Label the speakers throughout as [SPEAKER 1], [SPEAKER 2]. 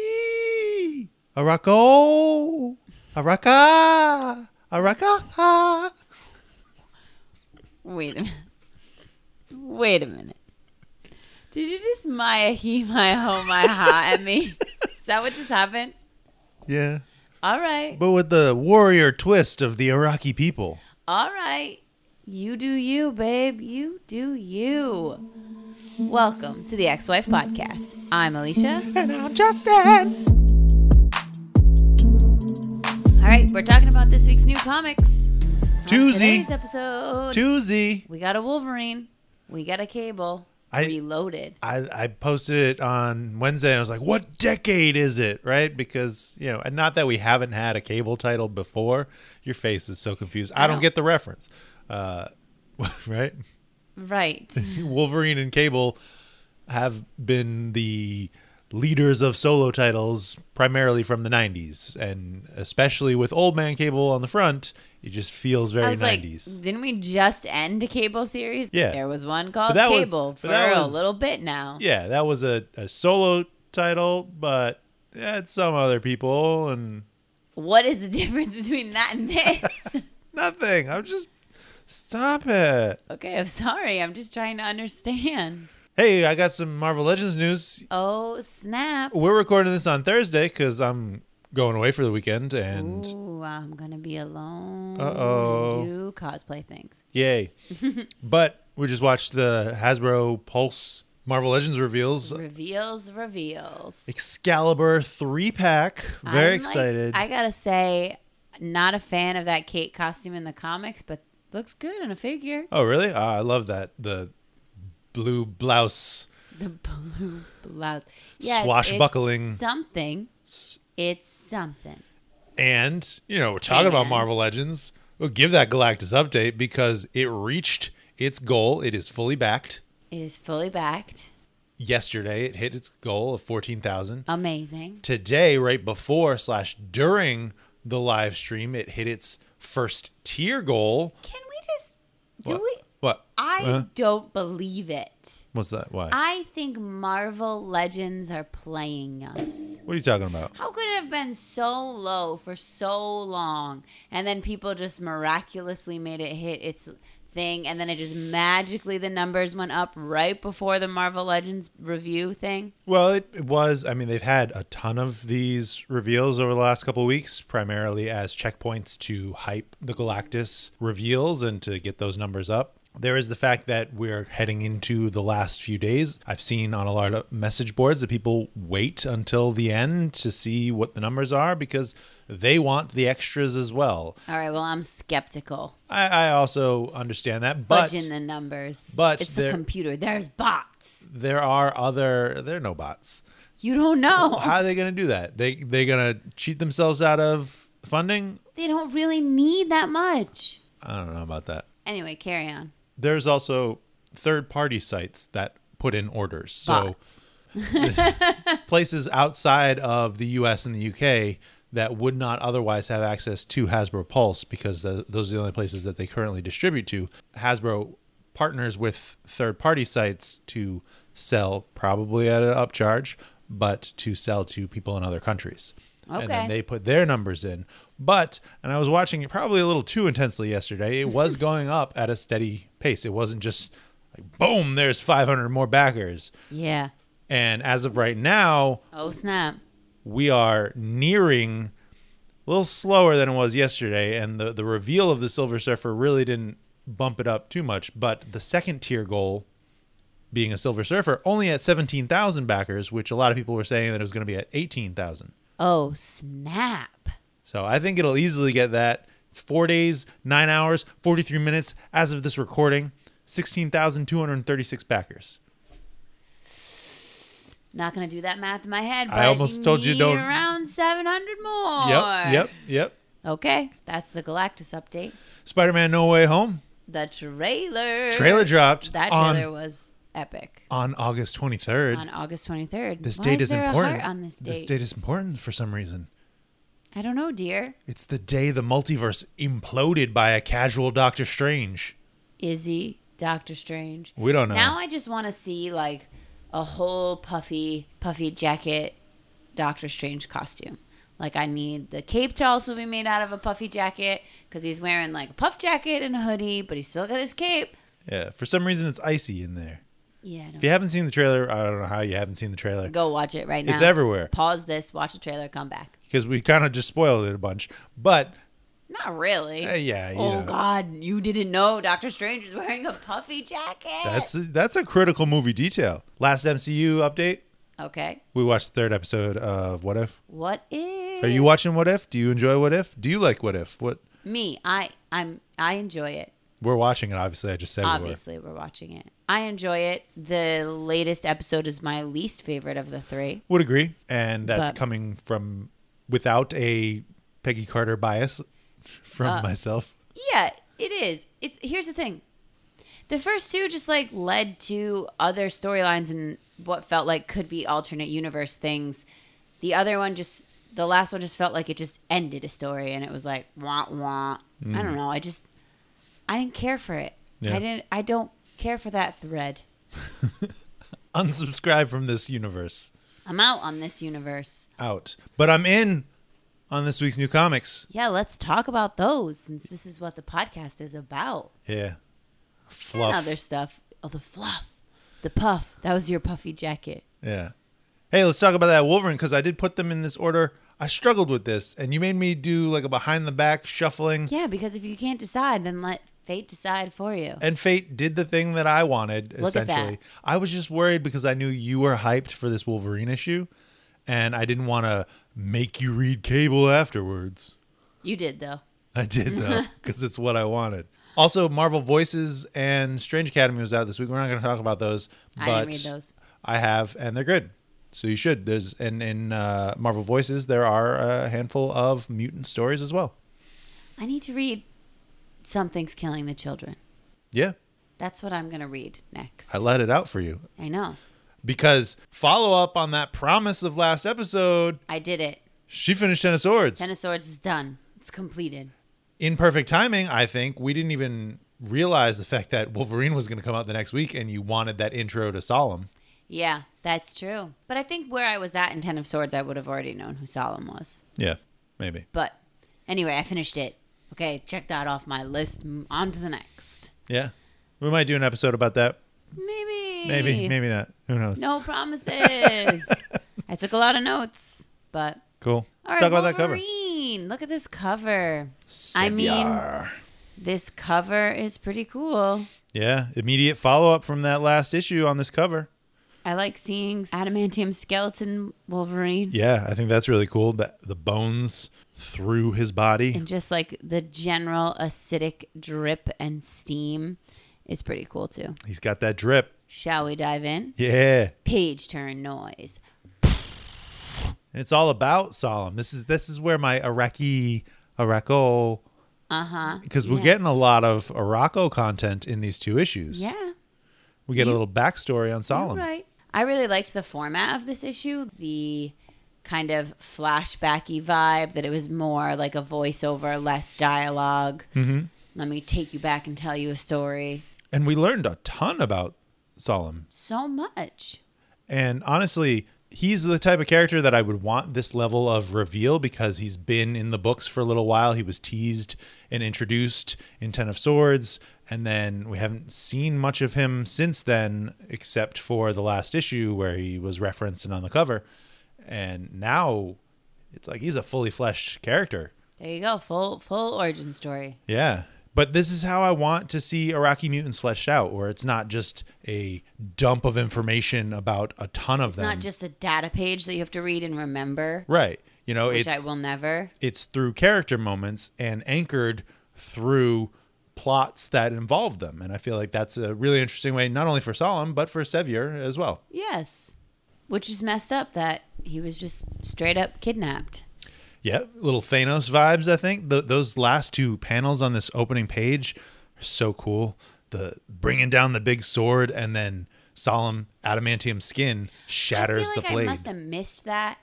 [SPEAKER 1] Araki, Arako, Araka, Araka.
[SPEAKER 2] Wait a minute. Wait a minute. Did you just Maya he my ho my ha at me? Is that what just happened?
[SPEAKER 1] Yeah,
[SPEAKER 2] All right.
[SPEAKER 1] but with the warrior twist of the Iraqi people.
[SPEAKER 2] All right. You do you, babe. You do you. Welcome to the Ex Wife Podcast. I'm Alicia.
[SPEAKER 1] And I'm Justin.
[SPEAKER 2] All right. We're talking about this week's new comics. On
[SPEAKER 1] Doozy.
[SPEAKER 2] Today's episode.
[SPEAKER 1] Doozy.
[SPEAKER 2] we got a Wolverine. We got a cable.
[SPEAKER 1] I-
[SPEAKER 2] reloaded.
[SPEAKER 1] I, I posted it on Wednesday. And I was like, "What decade is it?" Right? Because you know, and not that we haven't had a cable title before. Your face is so confused. I, don't
[SPEAKER 2] know.
[SPEAKER 1] get the reference. Uh, right?
[SPEAKER 2] Right.
[SPEAKER 1] Wolverine and Cable have been the leaders of solo titles primarily from the 90s and especially with old man cable on the front it just feels very
[SPEAKER 2] I was
[SPEAKER 1] 90s
[SPEAKER 2] like, didn't we just end a cable series?
[SPEAKER 1] Yeah.
[SPEAKER 2] There was one called
[SPEAKER 1] that was-
[SPEAKER 2] Cable
[SPEAKER 1] but
[SPEAKER 2] for
[SPEAKER 1] that
[SPEAKER 2] a
[SPEAKER 1] was-
[SPEAKER 2] little bit now.
[SPEAKER 1] yeah that was a, a solo title but at some other people and
[SPEAKER 2] What is the difference between that and this?
[SPEAKER 1] Nothing. I'm just stop it.
[SPEAKER 2] okay, I'm sorry. I'm just trying to understand.
[SPEAKER 1] Hey, I got some Marvel Legends news.
[SPEAKER 2] Oh, snap.
[SPEAKER 1] We're recording this on Thursday because I'm going away for the weekend, and
[SPEAKER 2] Ooh, I'm going to be alone. and
[SPEAKER 1] Uh-oh.
[SPEAKER 2] Do cosplay things.
[SPEAKER 1] yay! but we just watched the Hasbro Pulse Marvel Legends reveals.
[SPEAKER 2] Reveals, reveals.
[SPEAKER 1] Excalibur three pack. Very
[SPEAKER 2] I'm, like,
[SPEAKER 1] excited.
[SPEAKER 2] I gotta say, not a fan of that Kate costume in the comics, but looks good in a figure.
[SPEAKER 1] oh, really? Ah, I love that. The blue blouse.
[SPEAKER 2] The blue blouse. Yeah,
[SPEAKER 1] Swashbuckling.
[SPEAKER 2] It's something.
[SPEAKER 1] S-
[SPEAKER 2] It's something.
[SPEAKER 1] And, you know, we're talking about
[SPEAKER 2] And-
[SPEAKER 1] Marvel Legends. We'll give that Galactus update because it reached its goal. It is fully backed.
[SPEAKER 2] It is fully backed.
[SPEAKER 1] yesterday it hit its goal of 14,000.
[SPEAKER 2] Amazing.
[SPEAKER 1] Today, right before slash during the live stream, it hit its first tier goal.
[SPEAKER 2] Can we just do
[SPEAKER 1] what? Uh-huh.
[SPEAKER 2] we?
[SPEAKER 1] What?
[SPEAKER 2] I
[SPEAKER 1] Huh?
[SPEAKER 2] don't believe it.
[SPEAKER 1] What's that? Why?
[SPEAKER 2] I think Marvel Legends are playing us.
[SPEAKER 1] what are you talking about?
[SPEAKER 2] How could it have been so low for so long and then people just miraculously made it hit its thing and then it just magically the numbers went up right before the Marvel Legends review thing?
[SPEAKER 1] Well, it, it was. I mean, they've had a ton of these reveals over the last couple of weeks, primarily as checkpoints to hype the Galactus reveals and to get those numbers up. There is the fact that we're heading into the last few days. I've seen on a lot of message boards that people wait until the end to see what the numbers are because they want the extras as well.
[SPEAKER 2] All right, well, I'm skeptical.
[SPEAKER 1] I, I also understand that, but
[SPEAKER 2] Budging the numbers.
[SPEAKER 1] but
[SPEAKER 2] it's a
[SPEAKER 1] there-
[SPEAKER 2] computer. There's bots.
[SPEAKER 1] there are other there are no bots.
[SPEAKER 2] You don't know.
[SPEAKER 1] how are they going to do that? They they going to cheat themselves out of funding?
[SPEAKER 2] they don't really need that much.
[SPEAKER 1] I don't know about that.
[SPEAKER 2] Anyway, carry on.
[SPEAKER 1] There's also third party sites that put in orders. So
[SPEAKER 2] Bots.
[SPEAKER 1] places outside of the US and the UK that would not otherwise have access to Hasbro Pulse because tho- those are the only places that they currently distribute to. Hasbro partners with third party sites to sell, probably at an upcharge, but to sell to people in other countries. And
[SPEAKER 2] Okay.
[SPEAKER 1] then they put their numbers in. But, and I was watching it probably a little too intensely yesterday, it was going up at a steady pace. It wasn't just like, boom, there's 500 more backers.
[SPEAKER 2] yeah.
[SPEAKER 1] And as of right now,
[SPEAKER 2] Oh, snap.
[SPEAKER 1] we are nearing a little slower than it was yesterday and the, the reveal of the silver surfer really didn't bump it up too much but the second tier goal being a silver surfer only at 17,000 backers which a lot of people were saying that it was going to be at 18,000
[SPEAKER 2] Oh, snap.
[SPEAKER 1] so i think it'll easily get that it's four days nine hours 43 minutes as of this recording 16,236 backers
[SPEAKER 2] Not gonna do that math in my head. But
[SPEAKER 1] I almost told you
[SPEAKER 2] need
[SPEAKER 1] don't-
[SPEAKER 2] Around seven hundred more.
[SPEAKER 1] yep yep yep
[SPEAKER 2] Okay, that's the Galactus update.
[SPEAKER 1] spider-man no way home
[SPEAKER 2] The trailer.
[SPEAKER 1] trailer dropped
[SPEAKER 2] That
[SPEAKER 1] on,
[SPEAKER 2] trailer was epic.
[SPEAKER 1] on august 23rd
[SPEAKER 2] On August twenty third.
[SPEAKER 1] This
[SPEAKER 2] Why
[SPEAKER 1] date is
[SPEAKER 2] there
[SPEAKER 1] important.
[SPEAKER 2] A heart on this date.
[SPEAKER 1] date is important for some reason.
[SPEAKER 2] I don't know, dear.
[SPEAKER 1] It's the day the multiverse imploded by a casual Doctor Strange.
[SPEAKER 2] Izzy, Doctor Strange.
[SPEAKER 1] We don't know.
[SPEAKER 2] Now I just want to see like a whole puffy, puffy jacket Doctor Strange costume. Like I need the cape to also be made out of a puffy jacket because he's wearing like a puff jacket and a hoodie, but he's still got his cape.
[SPEAKER 1] Yeah, for some reason it's icy in there.
[SPEAKER 2] Yeah, I
[SPEAKER 1] If you haven't seen the trailer, I don't know how you haven't seen the trailer.
[SPEAKER 2] don't- go watch it right now.
[SPEAKER 1] It's everywhere
[SPEAKER 2] Pause this, watch the trailer, come back.
[SPEAKER 1] because we kind of just spoiled it a bunch. But
[SPEAKER 2] Not really.
[SPEAKER 1] uh, yeah, you
[SPEAKER 2] oh
[SPEAKER 1] know,
[SPEAKER 2] God, you didn't know Doctor Strange was wearing a puffy jacket.
[SPEAKER 1] that's that's a critical movie detail. Last MCU update:
[SPEAKER 2] okay.
[SPEAKER 1] We watched the third episode of What If.
[SPEAKER 2] What is
[SPEAKER 1] Are you watching What If? Do you enjoy What If? Do you like What If? What
[SPEAKER 2] me? I I'm I enjoy it.
[SPEAKER 1] we're watching it. Obviously, I just said we were.
[SPEAKER 2] Obviously, we're watching it. I enjoy it. The latest episode is my least favorite of the three.
[SPEAKER 1] Would agree, and that's
[SPEAKER 2] But-
[SPEAKER 1] coming from without a Peggy Carter bias from myself.
[SPEAKER 2] Yeah, it is. It's here's the thing. The first two just like led to other storylines and what felt like could be alternate universe things. The other one just the last one just felt like it just ended a story and it was like wah wah. I don't know. I just I didn't care for it.
[SPEAKER 1] Yeah.
[SPEAKER 2] I didn't I don't care for that thread.
[SPEAKER 1] Unsubscribe from this universe.
[SPEAKER 2] I'm out on this universe.
[SPEAKER 1] Out, but I'm in on this week's new comics.
[SPEAKER 2] Yeah, let's talk about those since this is what the podcast is about.
[SPEAKER 1] Yeah,
[SPEAKER 2] And
[SPEAKER 1] fluff.
[SPEAKER 2] other stuff. Oh, the fluff. The puff. That was your puffy jacket.
[SPEAKER 1] Yeah. Hey, let's talk about that Wolverine because I did put them in this order. I struggled with this, and you made me do like a behind the back shuffling.
[SPEAKER 2] Yeah, because if you can't decide, then let fate decide for you.
[SPEAKER 1] And fate did the thing that I wanted.
[SPEAKER 2] Look at that.
[SPEAKER 1] Essentially, I was just worried because I knew you were hyped for this Wolverine issue, and I didn't want to make you read Cable afterwards.
[SPEAKER 2] You did though.
[SPEAKER 1] I did though, because it's what I wanted. Also, Marvel Voices and Strange Academy was out this week. We're not going to talk about those,
[SPEAKER 2] I
[SPEAKER 1] but
[SPEAKER 2] didn't read those.
[SPEAKER 1] I have, and they're good. So you should. There's and in uh, Marvel Voices there are a handful of mutant stories as well.
[SPEAKER 2] I need to read Something's Killing the Children.
[SPEAKER 1] Yeah,
[SPEAKER 2] That's what I'm going to read next.
[SPEAKER 1] I
[SPEAKER 2] I,
[SPEAKER 1] let it out for you
[SPEAKER 2] know.
[SPEAKER 1] because follow up on that promise of last episode.
[SPEAKER 2] I did it.
[SPEAKER 1] She finished Ten of Swords
[SPEAKER 2] Ten of Swords is done. It's completed.
[SPEAKER 1] in perfect timing. I think we didn't even realize the fact that Wolverine was going to come out the next week, and you wanted that intro to Solemn.
[SPEAKER 2] Yeah, that's true. But I think where I was at in Ten of Swords, I would have already known who Solomon was.
[SPEAKER 1] Yeah, maybe.
[SPEAKER 2] But anyway, I finished it. Okay, check that off my list. M- On to the next.
[SPEAKER 1] Yeah, we might do an episode about that.
[SPEAKER 2] Maybe.
[SPEAKER 1] Maybe, maybe not. Who knows?
[SPEAKER 2] No promises. I took a lot of notes, but
[SPEAKER 1] Cool.
[SPEAKER 2] All
[SPEAKER 1] Let's
[SPEAKER 2] right,
[SPEAKER 1] talk about that cover.
[SPEAKER 2] Wolverine. Look at this cover. I mean-
[SPEAKER 1] Sevier.
[SPEAKER 2] This cover is pretty cool.
[SPEAKER 1] Yeah, immediate follow up from that last issue on this cover.
[SPEAKER 2] I like seeing adamantium skeleton Wolverine
[SPEAKER 1] Yeah, I think that's really cool. That the bones through his body.
[SPEAKER 2] and just like the general acidic drip and steam is pretty cool too.
[SPEAKER 1] He's got that drip.
[SPEAKER 2] Shall we dive in?
[SPEAKER 1] Yeah.
[SPEAKER 2] Page turn noise.
[SPEAKER 1] And it's all about Solemn. This is this is where my Iraqi Araco
[SPEAKER 2] Uh huh.
[SPEAKER 1] because we're
[SPEAKER 2] Yeah.
[SPEAKER 1] getting a lot of Araco content in these two issues.
[SPEAKER 2] Yeah.
[SPEAKER 1] We get a little backstory on Solemn.
[SPEAKER 2] Right. I really liked the format of this issue, the kind of flashbacky vibe that it was more like a voiceover, less dialog Let me take you back and tell you a story.
[SPEAKER 1] And we learned a ton about Solemn.
[SPEAKER 2] So much.
[SPEAKER 1] And honestly, he's the type of character that I would want this level of reveal because he's been in the books for a little while. He was teased and introduced in Ten of Swords, and then we haven't seen much of him since then, except for the last issue where he was referenced and on the cover. And now it's like he's a fully fleshed character.
[SPEAKER 2] There you go. Full full origin story.
[SPEAKER 1] Yeah. But this is how I want to see Iraqi mutants fleshed out, where it's not just a dump of information about a ton of
[SPEAKER 2] It's
[SPEAKER 1] them.
[SPEAKER 2] not just a data page that you have to read and remember,
[SPEAKER 1] Right. You know,
[SPEAKER 2] which
[SPEAKER 1] it's
[SPEAKER 2] I will never.
[SPEAKER 1] it's through character moments and anchored through plots that involve them. And I feel like that's a really interesting way, not only for Solemn, but for Sevier as well.
[SPEAKER 2] Yes. Which is messed up that he was just straight up kidnapped.
[SPEAKER 1] Yeah, little Thanos vibes, I think. Th those last two panels on this opening page are so cool. The bringing down the big sword and then Solemn adamantium skin shatters
[SPEAKER 2] I feel
[SPEAKER 1] the
[SPEAKER 2] like
[SPEAKER 1] blade.
[SPEAKER 2] I must have missed that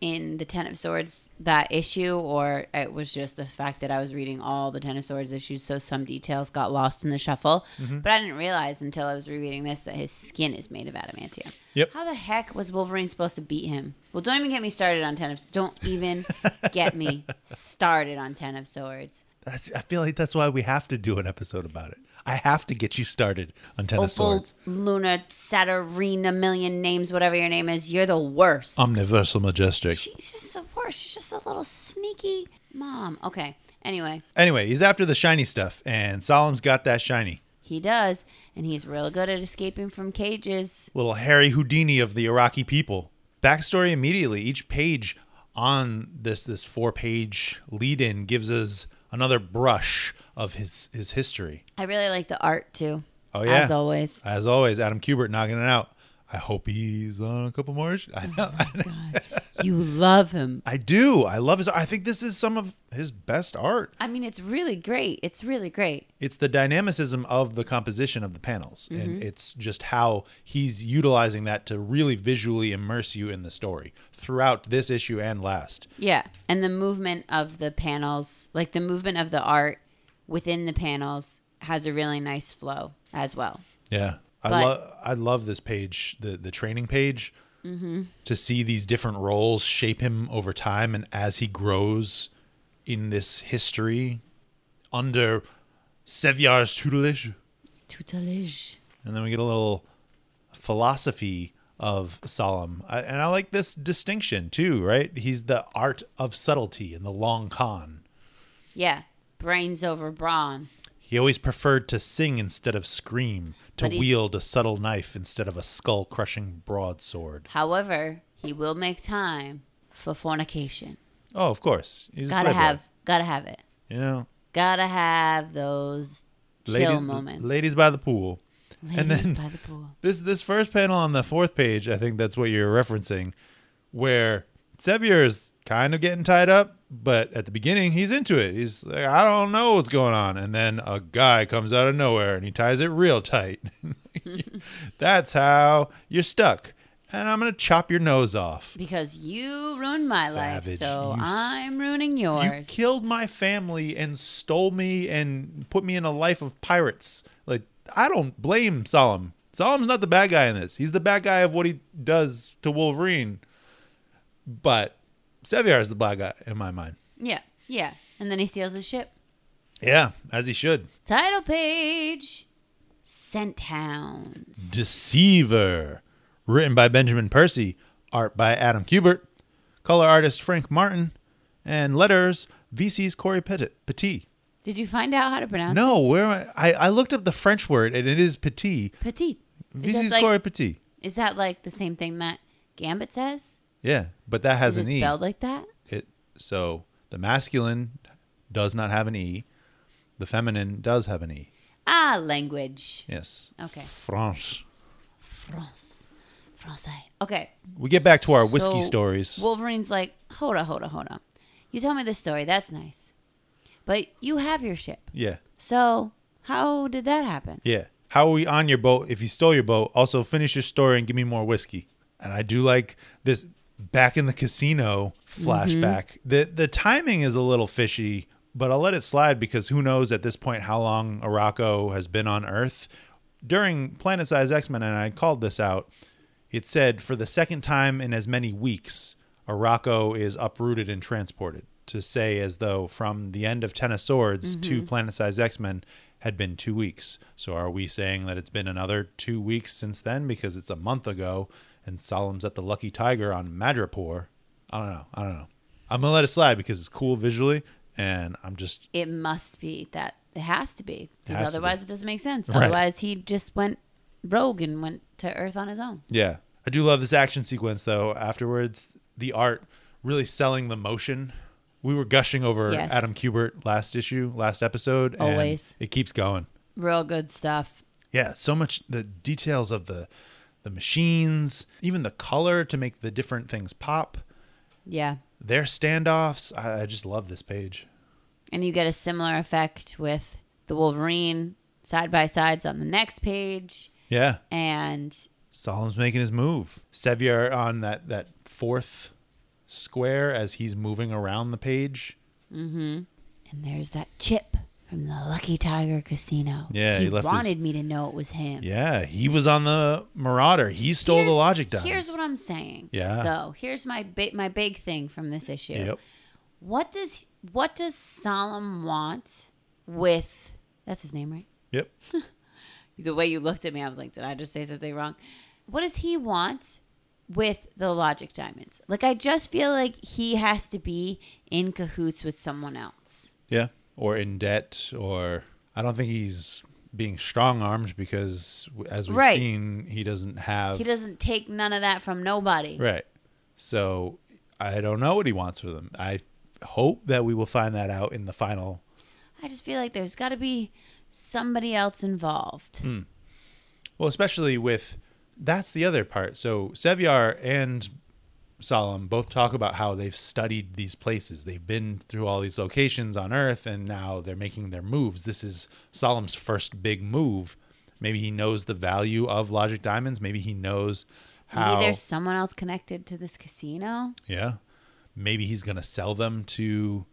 [SPEAKER 2] in the Ten of Swords that issue, or it was just the fact that I was reading all the Ten of Swords issues, so some details got lost in the shuffle.
[SPEAKER 1] Mm-hmm.
[SPEAKER 2] But I didn't realize until I was rereading this that his skin is made of adamantium.
[SPEAKER 1] Yep.
[SPEAKER 2] How the heck was Wolverine supposed to beat him? Well, don't even get me started on Ten of. Don't even get me started on Ten of Swords.
[SPEAKER 1] That's, I feel like that's why we have to do an episode about it. I have to get you started on Ten of
[SPEAKER 2] Opal,
[SPEAKER 1] Swords.
[SPEAKER 2] Luna, Saturina, million names, whatever your name is, you're the worst.
[SPEAKER 1] Omniversal Majestic.
[SPEAKER 2] She's just the worst. She's just a little sneaky mom. Okay. Anyway,
[SPEAKER 1] Anyway, he's after the shiny stuff, and Solemn's got that shiny.
[SPEAKER 2] he does, and he's real good at escaping from cages.
[SPEAKER 1] Little Harry Houdini of the Iraqi people. Backstory immediately. Each page on this this four page lead in gives us another brush of his his history.
[SPEAKER 2] I really like the art too.
[SPEAKER 1] Oh yeah.
[SPEAKER 2] As always.
[SPEAKER 1] As always, Adam Kubert knocking it out. I hope he's on a couple more. issues. I know.
[SPEAKER 2] You love him.
[SPEAKER 1] I do. I love his. I think this is some of his best art.
[SPEAKER 2] I mean, it's really great. It's really great.
[SPEAKER 1] it's the dynamicism of the composition of the panels and it's just how he's utilizing that to really visually immerse you in the story throughout this issue and last
[SPEAKER 2] Yeah. And the movement of the panels, like the movement of the art within the panels, has a really nice flow as well.
[SPEAKER 1] yeah i
[SPEAKER 2] But-
[SPEAKER 1] love i love this page the the training page to see these different roles shape him over time and as he grows in this history under sevyar's tutelage
[SPEAKER 2] Tutelage.
[SPEAKER 1] and then we get a little philosophy of solemn I, and i like this distinction too right he's the art of subtlety and the long con
[SPEAKER 2] Yeah. Brains over brawn.
[SPEAKER 1] he always preferred to sing instead of scream to
[SPEAKER 2] But he's-
[SPEAKER 1] wield a subtle knife instead of a skull crushing broadsword
[SPEAKER 2] However, he will make time for fornication.
[SPEAKER 1] oh of course he's
[SPEAKER 2] Gotta
[SPEAKER 1] a playboy,
[SPEAKER 2] have, gotta have it.
[SPEAKER 1] you know
[SPEAKER 2] Gotta have those chill
[SPEAKER 1] ladies,
[SPEAKER 2] moments.
[SPEAKER 1] ladies by the pool and
[SPEAKER 2] Ladies
[SPEAKER 1] then-
[SPEAKER 2] by the pool.
[SPEAKER 1] This this first panel on the fourth page, I think that's what you're referencing, where Sevier is kind of getting tied up, but at the beginning he's into it. He's like, I don't know what's going on, and then a guy comes out of nowhere and he ties it real tight. that's how you're stuck. And I'm gonna chop your nose off.
[SPEAKER 2] Because you ruined my life,
[SPEAKER 1] Savage.
[SPEAKER 2] so
[SPEAKER 1] You s-
[SPEAKER 2] I'm ruining
[SPEAKER 1] You
[SPEAKER 2] yours.
[SPEAKER 1] killed my family and stole me and put me in a life of pirates. Like I don't blame Solemn. Solemn's not the bad guy in this. He's the bad guy of what he does to Wolverine. But Sevier is the bad guy in my mind.
[SPEAKER 2] yeah, yeah. And then he steals his ship.
[SPEAKER 1] Yeah, as he should.
[SPEAKER 2] Title page. Scent hounds.
[SPEAKER 1] Deceiver, written by Benjamin Percy, art by Adam Kubert, color artist Frank Martin, and letters VC's Corey Petit. Petit.
[SPEAKER 2] Did you find out how to pronounce
[SPEAKER 1] No, where am I? I, I looked up the French word and it is petit.
[SPEAKER 2] it? Petite.
[SPEAKER 1] VC's
[SPEAKER 2] Is that, like,
[SPEAKER 1] Corey Petit.
[SPEAKER 2] is that like the same thing that Gambit says?
[SPEAKER 1] Yeah, but that has
[SPEAKER 2] Is it
[SPEAKER 1] an e.
[SPEAKER 2] spelled like that?
[SPEAKER 1] It so the masculine does not have an e. The feminine does have an e.
[SPEAKER 2] Ah, language.
[SPEAKER 1] Yes.
[SPEAKER 2] Okay.
[SPEAKER 1] France.
[SPEAKER 2] France. Francais. Okay.
[SPEAKER 1] We get back to our whiskey
[SPEAKER 2] So,
[SPEAKER 1] stories.
[SPEAKER 2] Wolverine's like, hold on, hold on, hold on. You tell me this story. That's nice. But you have your ship.
[SPEAKER 1] yeah.
[SPEAKER 2] So how did that happen?
[SPEAKER 1] Yeah. How are we on your boat? If you stole your boat, also finish your story and give me more whiskey. And I do like this back in the casino flashback. The the timing is a little fishy, but I'll let it slide because who knows at this point how long Araco has been on Earth. During Planet Size X Men, and I called this out, it said for the second time in as many weeks, Araco is uprooted and transported. To say as though from the end of Ten of Swords to Planet Size X Men had been two weeks. So are we saying that it's been another two weeks since then because it's a month ago and Solemn's at the Lucky Tiger on Madripoor? I don't know. I don't know. I'm gonna let it slide because it's cool visually, and I'm just
[SPEAKER 2] It must be that it has to be.
[SPEAKER 1] has
[SPEAKER 2] Because
[SPEAKER 1] to be.
[SPEAKER 2] otherwise it doesn't make sense.
[SPEAKER 1] Right.
[SPEAKER 2] Otherwise he just went rogue and went to Earth on his own.
[SPEAKER 1] Yeah. I do love this action sequence though. Afterwards, the art really selling the motion. We were gushing over
[SPEAKER 2] Yes.
[SPEAKER 1] Adam Kubert last issue, last episode. and
[SPEAKER 2] Always.
[SPEAKER 1] it keeps going.
[SPEAKER 2] Real good stuff.
[SPEAKER 1] Yeah, so much the details of the the machines, even the color to make the different things pop.
[SPEAKER 2] Yeah.
[SPEAKER 1] Their standoffs. I, I just love this page.
[SPEAKER 2] And you get a similar effect with the Wolverine side by sides on the next page.
[SPEAKER 1] Yeah.
[SPEAKER 2] And
[SPEAKER 1] Solemn's making his move. Sevier on that that fourth square as he's moving around the page.
[SPEAKER 2] And there's that chip from the Lucky Tiger Casino.
[SPEAKER 1] Yeah,
[SPEAKER 2] he,
[SPEAKER 1] he left his-
[SPEAKER 2] wanted me to know it was him.
[SPEAKER 1] Yeah, he was on the Marauder. He stole the
[SPEAKER 2] Here's-
[SPEAKER 1] logic dimes.
[SPEAKER 2] Here's what I'm saying.
[SPEAKER 1] Yeah.
[SPEAKER 2] Though here's my big my big thing from this issue.
[SPEAKER 1] Yep.
[SPEAKER 2] What does what does Solemn want with? That's his name, right?
[SPEAKER 1] Yep.
[SPEAKER 2] The way you looked at me, I was like, did I just say something wrong? What does he want with the logic diamonds? Like, I just feel like he has to be in cahoots with someone else.
[SPEAKER 1] Yeah. Or in debt, or I don't think he's being strong armed because, as we've
[SPEAKER 2] Right.
[SPEAKER 1] seen, he doesn't have.
[SPEAKER 2] He doesn't take none of that from nobody.
[SPEAKER 1] Right. So I don't know what he wants with him. I hope that we will find that out in the final.
[SPEAKER 2] I just feel like there's got to be somebody else involved.
[SPEAKER 1] Hmm. Well, especially with that's the other part. So Sevyar and Solemn both talk about how they've studied these places. They've been through all these locations on Earth and now they're making their moves. This is Solemn's first big move. Maybe he knows the value of logic diamonds. Maybe he knows how
[SPEAKER 2] Maybe there's someone else connected to this casino.
[SPEAKER 1] Yeah. Maybe he's going to sell them to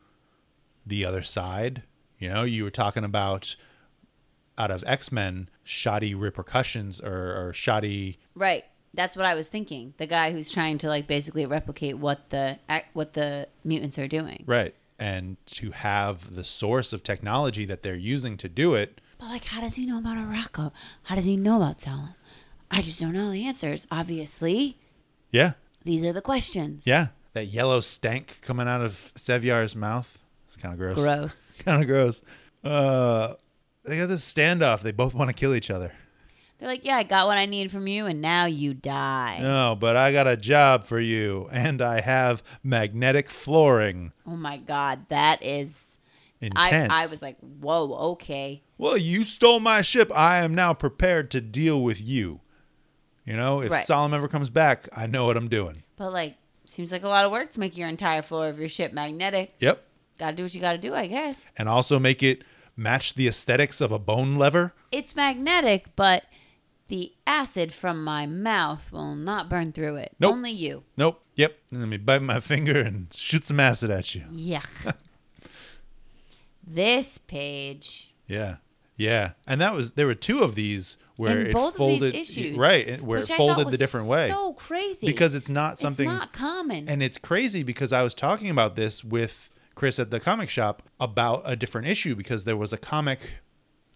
[SPEAKER 1] the other side. You know, you were talking about out of X Men, shoddy repercussions or, or shoddy.
[SPEAKER 2] Right. That's what I was thinking. The guy who's trying to like basically replicate what the what the mutants are doing.
[SPEAKER 1] Right. And to have the source of technology that they're using to do it.
[SPEAKER 2] But like, how does he know about Araco? How does he know about Salem? I just don't know the answers. Obviously,
[SPEAKER 1] Yeah.
[SPEAKER 2] these are the questions.
[SPEAKER 1] Yeah. That yellow stank coming out of Sevyar's mouth. It's kind of gross.
[SPEAKER 2] Gross.
[SPEAKER 1] kind of gross. Uh, they got this standoff. They both want to kill each other.
[SPEAKER 2] They're like, yeah, I got what I need from you, and now you die.
[SPEAKER 1] No, but I got a job for you, and I have magnetic flooring.
[SPEAKER 2] Oh my god, that is. I,
[SPEAKER 1] Intense.
[SPEAKER 2] I was like, whoa, okay.
[SPEAKER 1] well, you stole my ship. I am now prepared to deal with you. You know, if
[SPEAKER 2] Right.
[SPEAKER 1] Solomon ever comes back, I know what I'm doing.
[SPEAKER 2] But like, seems like a lot of work to make your entire floor of your ship magnetic.
[SPEAKER 1] Yep.
[SPEAKER 2] Gotta do what you gotta do, I guess.
[SPEAKER 1] And also make it match the aesthetics of a bone lever.
[SPEAKER 2] It's magnetic, but the acid from my mouth will not burn through it.
[SPEAKER 1] Nope.
[SPEAKER 2] Only you.
[SPEAKER 1] Nope. Yep. Let me bite my finger and shoot some acid at you.
[SPEAKER 2] Yuck. this page.
[SPEAKER 1] Yeah. Yeah. And that was there were two of these where
[SPEAKER 2] and
[SPEAKER 1] it
[SPEAKER 2] both
[SPEAKER 1] folded
[SPEAKER 2] of these issues.
[SPEAKER 1] right it- where
[SPEAKER 2] which
[SPEAKER 1] it
[SPEAKER 2] I
[SPEAKER 1] folded
[SPEAKER 2] thought
[SPEAKER 1] the
[SPEAKER 2] was
[SPEAKER 1] different way
[SPEAKER 2] So crazy.
[SPEAKER 1] because it's not
[SPEAKER 2] it's
[SPEAKER 1] something
[SPEAKER 2] not common.
[SPEAKER 1] And it's crazy because I was talking about this with Chris at the comic shop about a different issue because there was a comic,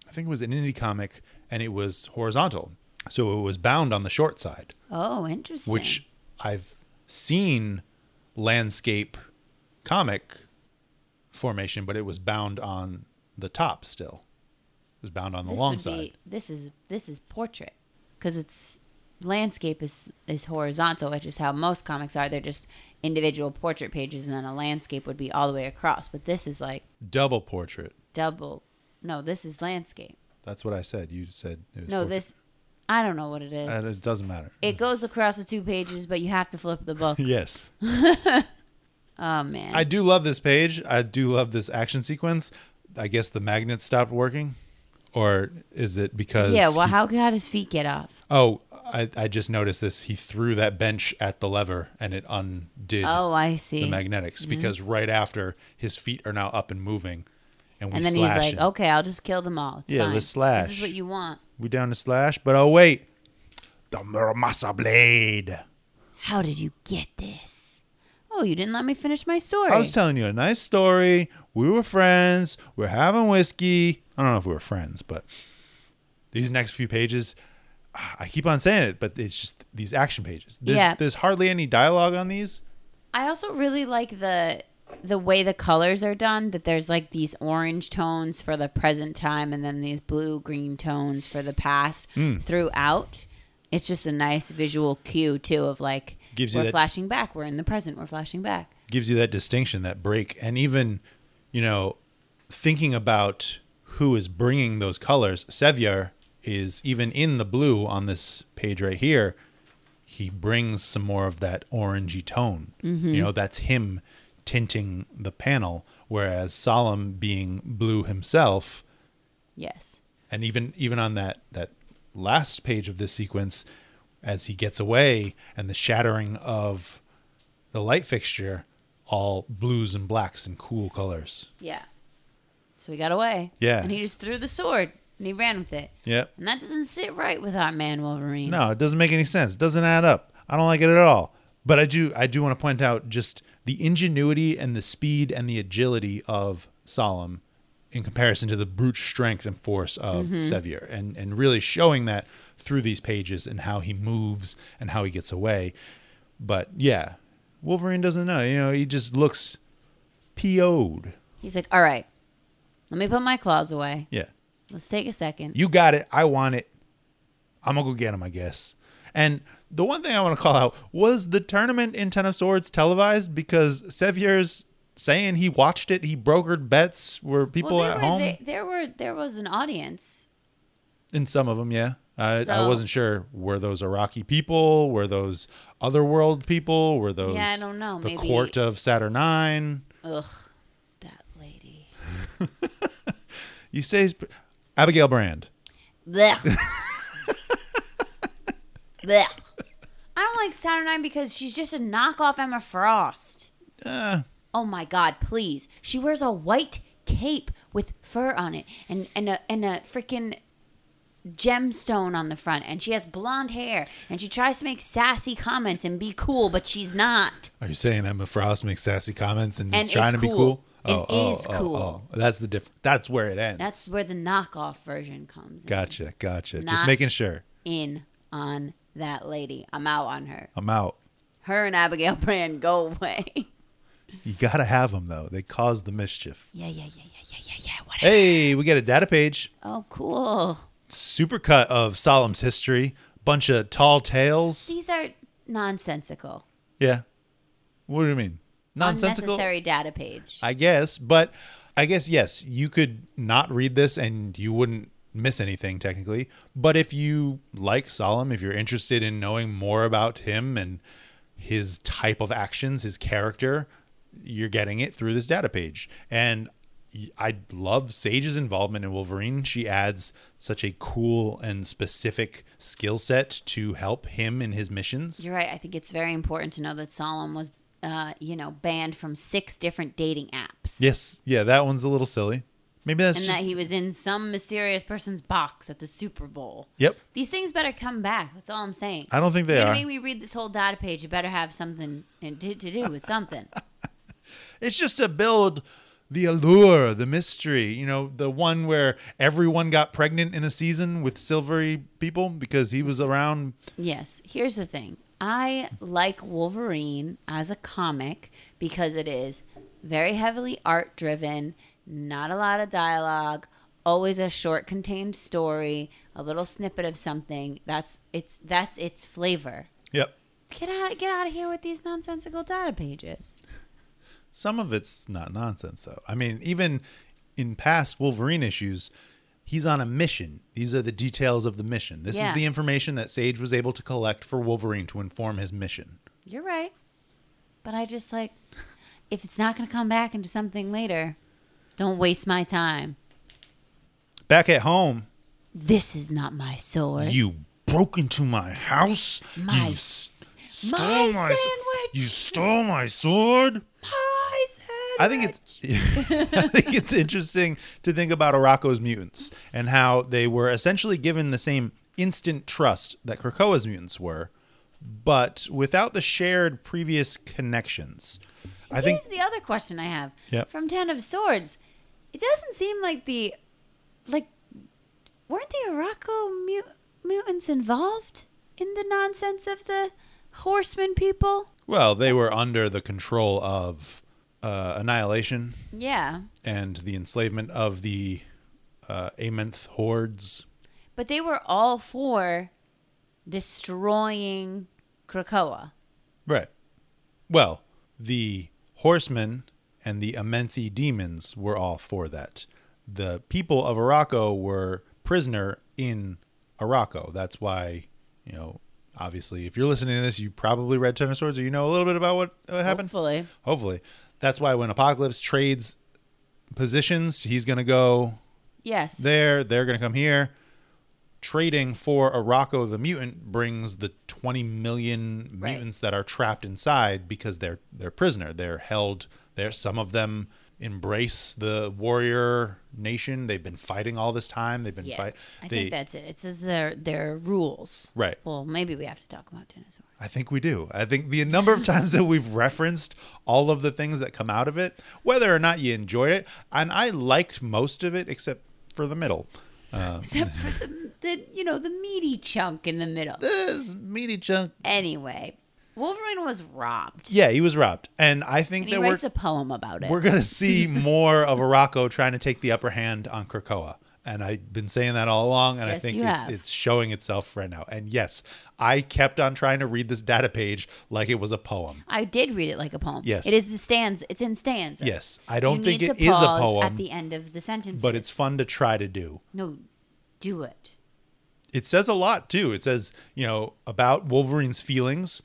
[SPEAKER 1] I think it was an indie comic, and it was horizontal. So it was bound on the short side,
[SPEAKER 2] oh, interesting.
[SPEAKER 1] which I've seen landscape comic formation, but it was bound on the top still. It was bound on the
[SPEAKER 2] this
[SPEAKER 1] long
[SPEAKER 2] would
[SPEAKER 1] side.
[SPEAKER 2] Be, this is this is portrait because it's landscape is is horizontal, which is how most comics are. They're just individual portrait pages, and then a landscape would be all the way across. But this is like
[SPEAKER 1] Double portrait.
[SPEAKER 2] double. No, this is landscape.
[SPEAKER 1] That's what I said. You said it was
[SPEAKER 2] No,
[SPEAKER 1] portrait.
[SPEAKER 2] this. I don't know what it is.
[SPEAKER 1] And it doesn't matter.
[SPEAKER 2] it goes across the two pages, but you have to flip the book.
[SPEAKER 1] yes.
[SPEAKER 2] Oh man,
[SPEAKER 1] I do love this page. I do love this action sequence. I guess the magnet stopped working, or is it because?
[SPEAKER 2] yeah. Well,
[SPEAKER 1] he-
[SPEAKER 2] how got his feet get off?
[SPEAKER 1] oh, I, I just noticed this. He threw that bench at the lever, and it undid
[SPEAKER 2] Oh, I
[SPEAKER 1] the
[SPEAKER 2] see. Mm-hmm.
[SPEAKER 1] magnetics because right after his feet are now up and moving, and we
[SPEAKER 2] and then he's
[SPEAKER 1] slash.
[SPEAKER 2] like, "Oh."
[SPEAKER 1] it.
[SPEAKER 2] "Okay, I'll just kill them all. It's
[SPEAKER 1] Yeah,
[SPEAKER 2] fine.
[SPEAKER 1] let's slash.
[SPEAKER 2] This is what you want.
[SPEAKER 1] We down to slash, but oh wait, the Muramasa blade.
[SPEAKER 2] How did you get this? Oh, you didn't let me finish my story.
[SPEAKER 1] I was telling you a nice story. We were friends. We're having whiskey. I don't know if we were friends, but these next few pages, ah, I keep on saying it, but it's just these action pages. There's,
[SPEAKER 2] Yeah.
[SPEAKER 1] there's hardly any dialogue on these.
[SPEAKER 2] I also really like the the way the colors are done that there's like these orange tones for the present time and then these blue green tones for the past
[SPEAKER 1] Hmm.
[SPEAKER 2] throughout. It's just a nice visual cue too of like
[SPEAKER 1] Gives you
[SPEAKER 2] we're
[SPEAKER 1] that-
[SPEAKER 2] flashing back, we're in the present, we're flashing back.
[SPEAKER 1] Gives you that distinction, that break, and even, you know, thinking about who is bringing those colors. Sevier is even in the blue on this page right here. He brings some more of that orangey tone. You know, that's him tinting the panel, whereas Solemn being blue himself,
[SPEAKER 2] Yes.
[SPEAKER 1] and even even on that that last page of this sequence, as he gets away and the shattering of the light fixture all blues and blacks and cool colors.
[SPEAKER 2] Yeah. So he got away.
[SPEAKER 1] Yeah.
[SPEAKER 2] And he just threw the sword and he ran with it.
[SPEAKER 1] Yep.
[SPEAKER 2] And that doesn't sit right with our man Wolverine.
[SPEAKER 1] No, it doesn't make any sense. It doesn't add up. I don't like it at all. But I do I do want to point out just the ingenuity and the speed and the agility of Solemn in comparison to the brute strength and force of Sevier and and really showing that through these pages and how he moves and how he gets away. But yeah, Wolverine doesn't know. You know, he just looks PO'd.
[SPEAKER 2] He's like, all right, let me put my claws away.
[SPEAKER 1] Yeah.
[SPEAKER 2] Let's take a second.
[SPEAKER 1] You got it. I want it. I'm gonna go get him, I guess. And the one thing I want to call out was the tournament in Ten of Swords televised because Sevier's saying he watched it. He brokered bets. Were people
[SPEAKER 2] there
[SPEAKER 1] at
[SPEAKER 2] were,
[SPEAKER 1] home
[SPEAKER 2] They, there were there was an audience.
[SPEAKER 1] in some of them? Yeah, I, I
[SPEAKER 2] So-
[SPEAKER 1] wasn't sure. Were those Iraqi people? Were those otherworld people? Were those
[SPEAKER 2] Yeah, I don't know.
[SPEAKER 1] The
[SPEAKER 2] Maybe-
[SPEAKER 1] court of Saturnine.
[SPEAKER 2] Ugh, that lady.
[SPEAKER 1] You say sp- Abigail Brand.
[SPEAKER 2] Blech. Blech. I don't like Saturnine because she's just a knockoff Emma Frost.
[SPEAKER 1] Uh,
[SPEAKER 2] Oh my God! Please, she wears a white cape with fur on it, and and a and a freaking gemstone on the front, and she has blonde hair, and she tries to make sassy comments and be cool, but she's not.
[SPEAKER 1] Are you saying Emma Frost makes sassy comments and,
[SPEAKER 2] And
[SPEAKER 1] is trying to
[SPEAKER 2] is
[SPEAKER 1] be
[SPEAKER 2] cool.
[SPEAKER 1] cool? Oh,
[SPEAKER 2] And is cool.
[SPEAKER 1] That's the diff. That's where it ends.
[SPEAKER 2] That's where the knockoff version comes in.
[SPEAKER 1] gotcha, gotcha. Just
[SPEAKER 2] Not-
[SPEAKER 1] making sure.
[SPEAKER 2] in on that lady. I'm out on her.
[SPEAKER 1] I'm out.
[SPEAKER 2] Her and Abigail Brand go away.
[SPEAKER 1] You gotta have them though. They cause the mischief.
[SPEAKER 2] yeah, yeah, yeah, yeah, yeah, yeah, yeah. Whatever.
[SPEAKER 1] Hey, we get a data page.
[SPEAKER 2] Oh, cool.
[SPEAKER 1] Supercut of Solemn's history. Bunch of tall tales.
[SPEAKER 2] These are nonsensical,
[SPEAKER 1] Yeah. What do you mean? Nonsensical.
[SPEAKER 2] unnecessary data page.
[SPEAKER 1] I guess, but I guess yes, you could not read this and you wouldn't miss anything technically. But if you like Solemn, if you're interested in knowing more about him and his type of actions, his character, you're getting it through this data page. And y- I love Sage's involvement in Wolverine. She adds such a cool and specific skill set to help him in his missions.
[SPEAKER 2] You're right. I think it's very important to know that Solemn was, uh, you know, banned from six different dating apps.
[SPEAKER 1] Yes, yeah, that one's a little silly. Maybe that's
[SPEAKER 2] And
[SPEAKER 1] just
[SPEAKER 2] that he was in some mysterious person's box at the Super Bowl.
[SPEAKER 1] yep.
[SPEAKER 2] These things better come back. That's all I'm saying.
[SPEAKER 1] I don't think they
[SPEAKER 2] You're gonna
[SPEAKER 1] are.
[SPEAKER 2] make me read this whole data page. You better have something in- to, to do with something.
[SPEAKER 1] It's just to build the allure, the mystery. You know, the one where everyone got pregnant in a season with silvery people because he was around.
[SPEAKER 2] Yes. Here's the thing. I like Wolverine as a comic because it is very heavily art driven, not a lot of dialogue, always a short contained story, a little snippet of something. That's it's that's its flavor.
[SPEAKER 1] Yep.
[SPEAKER 2] Get out get out of here with these nonsensical data pages.
[SPEAKER 1] Some of it's not nonsense, though. I mean, even in past Wolverine issues, he's on a mission. These are the details of the mission. This
[SPEAKER 2] Yeah.
[SPEAKER 1] is the information that Sage was able to collect for Wolverine to inform his mission.
[SPEAKER 2] You're right. But I just like if it's not going to come back into something later, don't waste my time.
[SPEAKER 1] Back at home,
[SPEAKER 2] This is not my sword.
[SPEAKER 1] you broke into my house.
[SPEAKER 2] my
[SPEAKER 1] you
[SPEAKER 2] s-
[SPEAKER 1] stole
[SPEAKER 2] my
[SPEAKER 1] my s-
[SPEAKER 2] sandwich.
[SPEAKER 1] you stole my sword.
[SPEAKER 2] my sandwich.
[SPEAKER 1] I think it's I think it's interesting to think about Arako's mutants and how they were essentially given the same instant trust that Krakoa's mutants were, but without the shared previous connections. I think
[SPEAKER 2] Here's the other question I have.
[SPEAKER 1] Yep.
[SPEAKER 2] From Ten of Swords, it doesn't seem like the, like, weren't the Araco mut- mutants involved in the nonsense of the horseman people?
[SPEAKER 1] well, they were under the control of uh, annihilation
[SPEAKER 2] Yeah,
[SPEAKER 1] and the enslavement of the uh, Amenth hordes.
[SPEAKER 2] but they were all for destroying Krakoa.
[SPEAKER 1] Right. Well, the horsemen and the Amenthi demons were all for that. The people of Araco were prisoner in Araco. That's why, you know, obviously, if you're listening to this, you probably read Ten of Swords or you know a little bit about what, what happened.
[SPEAKER 2] Hopefully,
[SPEAKER 1] Hopefully. That's why when Apocalypse trades positions, he's going to go
[SPEAKER 2] yes.
[SPEAKER 1] there, they're going to come here. trading for Araco the mutant brings the 20 million
[SPEAKER 2] Right.
[SPEAKER 1] mutants that are trapped inside because they're they're prisoner. They're held there. Some of them embrace the warrior nation. They've been fighting all this time. They've been
[SPEAKER 2] Yeah,
[SPEAKER 1] fight.
[SPEAKER 2] I
[SPEAKER 1] they-
[SPEAKER 2] think that's it. It says their their rules.
[SPEAKER 1] Right.
[SPEAKER 2] Well, maybe we have to talk about dinosaurs.
[SPEAKER 1] I think we do. I think the number of times that we've referenced all of the things that come out of it, whether or not you enjoyed it, and I liked most of it except for the middle. Oh.
[SPEAKER 2] Except for the, the you know the meaty chunk in the middle.
[SPEAKER 1] This meaty chunk.
[SPEAKER 2] Anyway, Wolverine was robbed.
[SPEAKER 1] Yeah, he was robbed, and I think
[SPEAKER 2] And he
[SPEAKER 1] that
[SPEAKER 2] writes
[SPEAKER 1] we're
[SPEAKER 2] a poem about it.
[SPEAKER 1] we're gonna see more of Araco trying to take the upper hand on Krakoa. And I've been saying that all along, and I
[SPEAKER 2] Yes,
[SPEAKER 1] think
[SPEAKER 2] you
[SPEAKER 1] it's,
[SPEAKER 2] have.
[SPEAKER 1] it's showing itself right now. And yes, I kept on trying to read this data page like it was a poem.
[SPEAKER 2] I did read it like a poem.
[SPEAKER 1] Yes.
[SPEAKER 2] It is the stands. It's in stanzas.
[SPEAKER 1] Yes. I don't
[SPEAKER 2] You
[SPEAKER 1] think
[SPEAKER 2] need
[SPEAKER 1] it
[SPEAKER 2] to
[SPEAKER 1] is a
[SPEAKER 2] pause
[SPEAKER 1] poem,
[SPEAKER 2] at the end of the sentence.
[SPEAKER 1] But it's fun to try to do.
[SPEAKER 2] no, do it.
[SPEAKER 1] it says a lot too. It says, you know, about Wolverine's feelings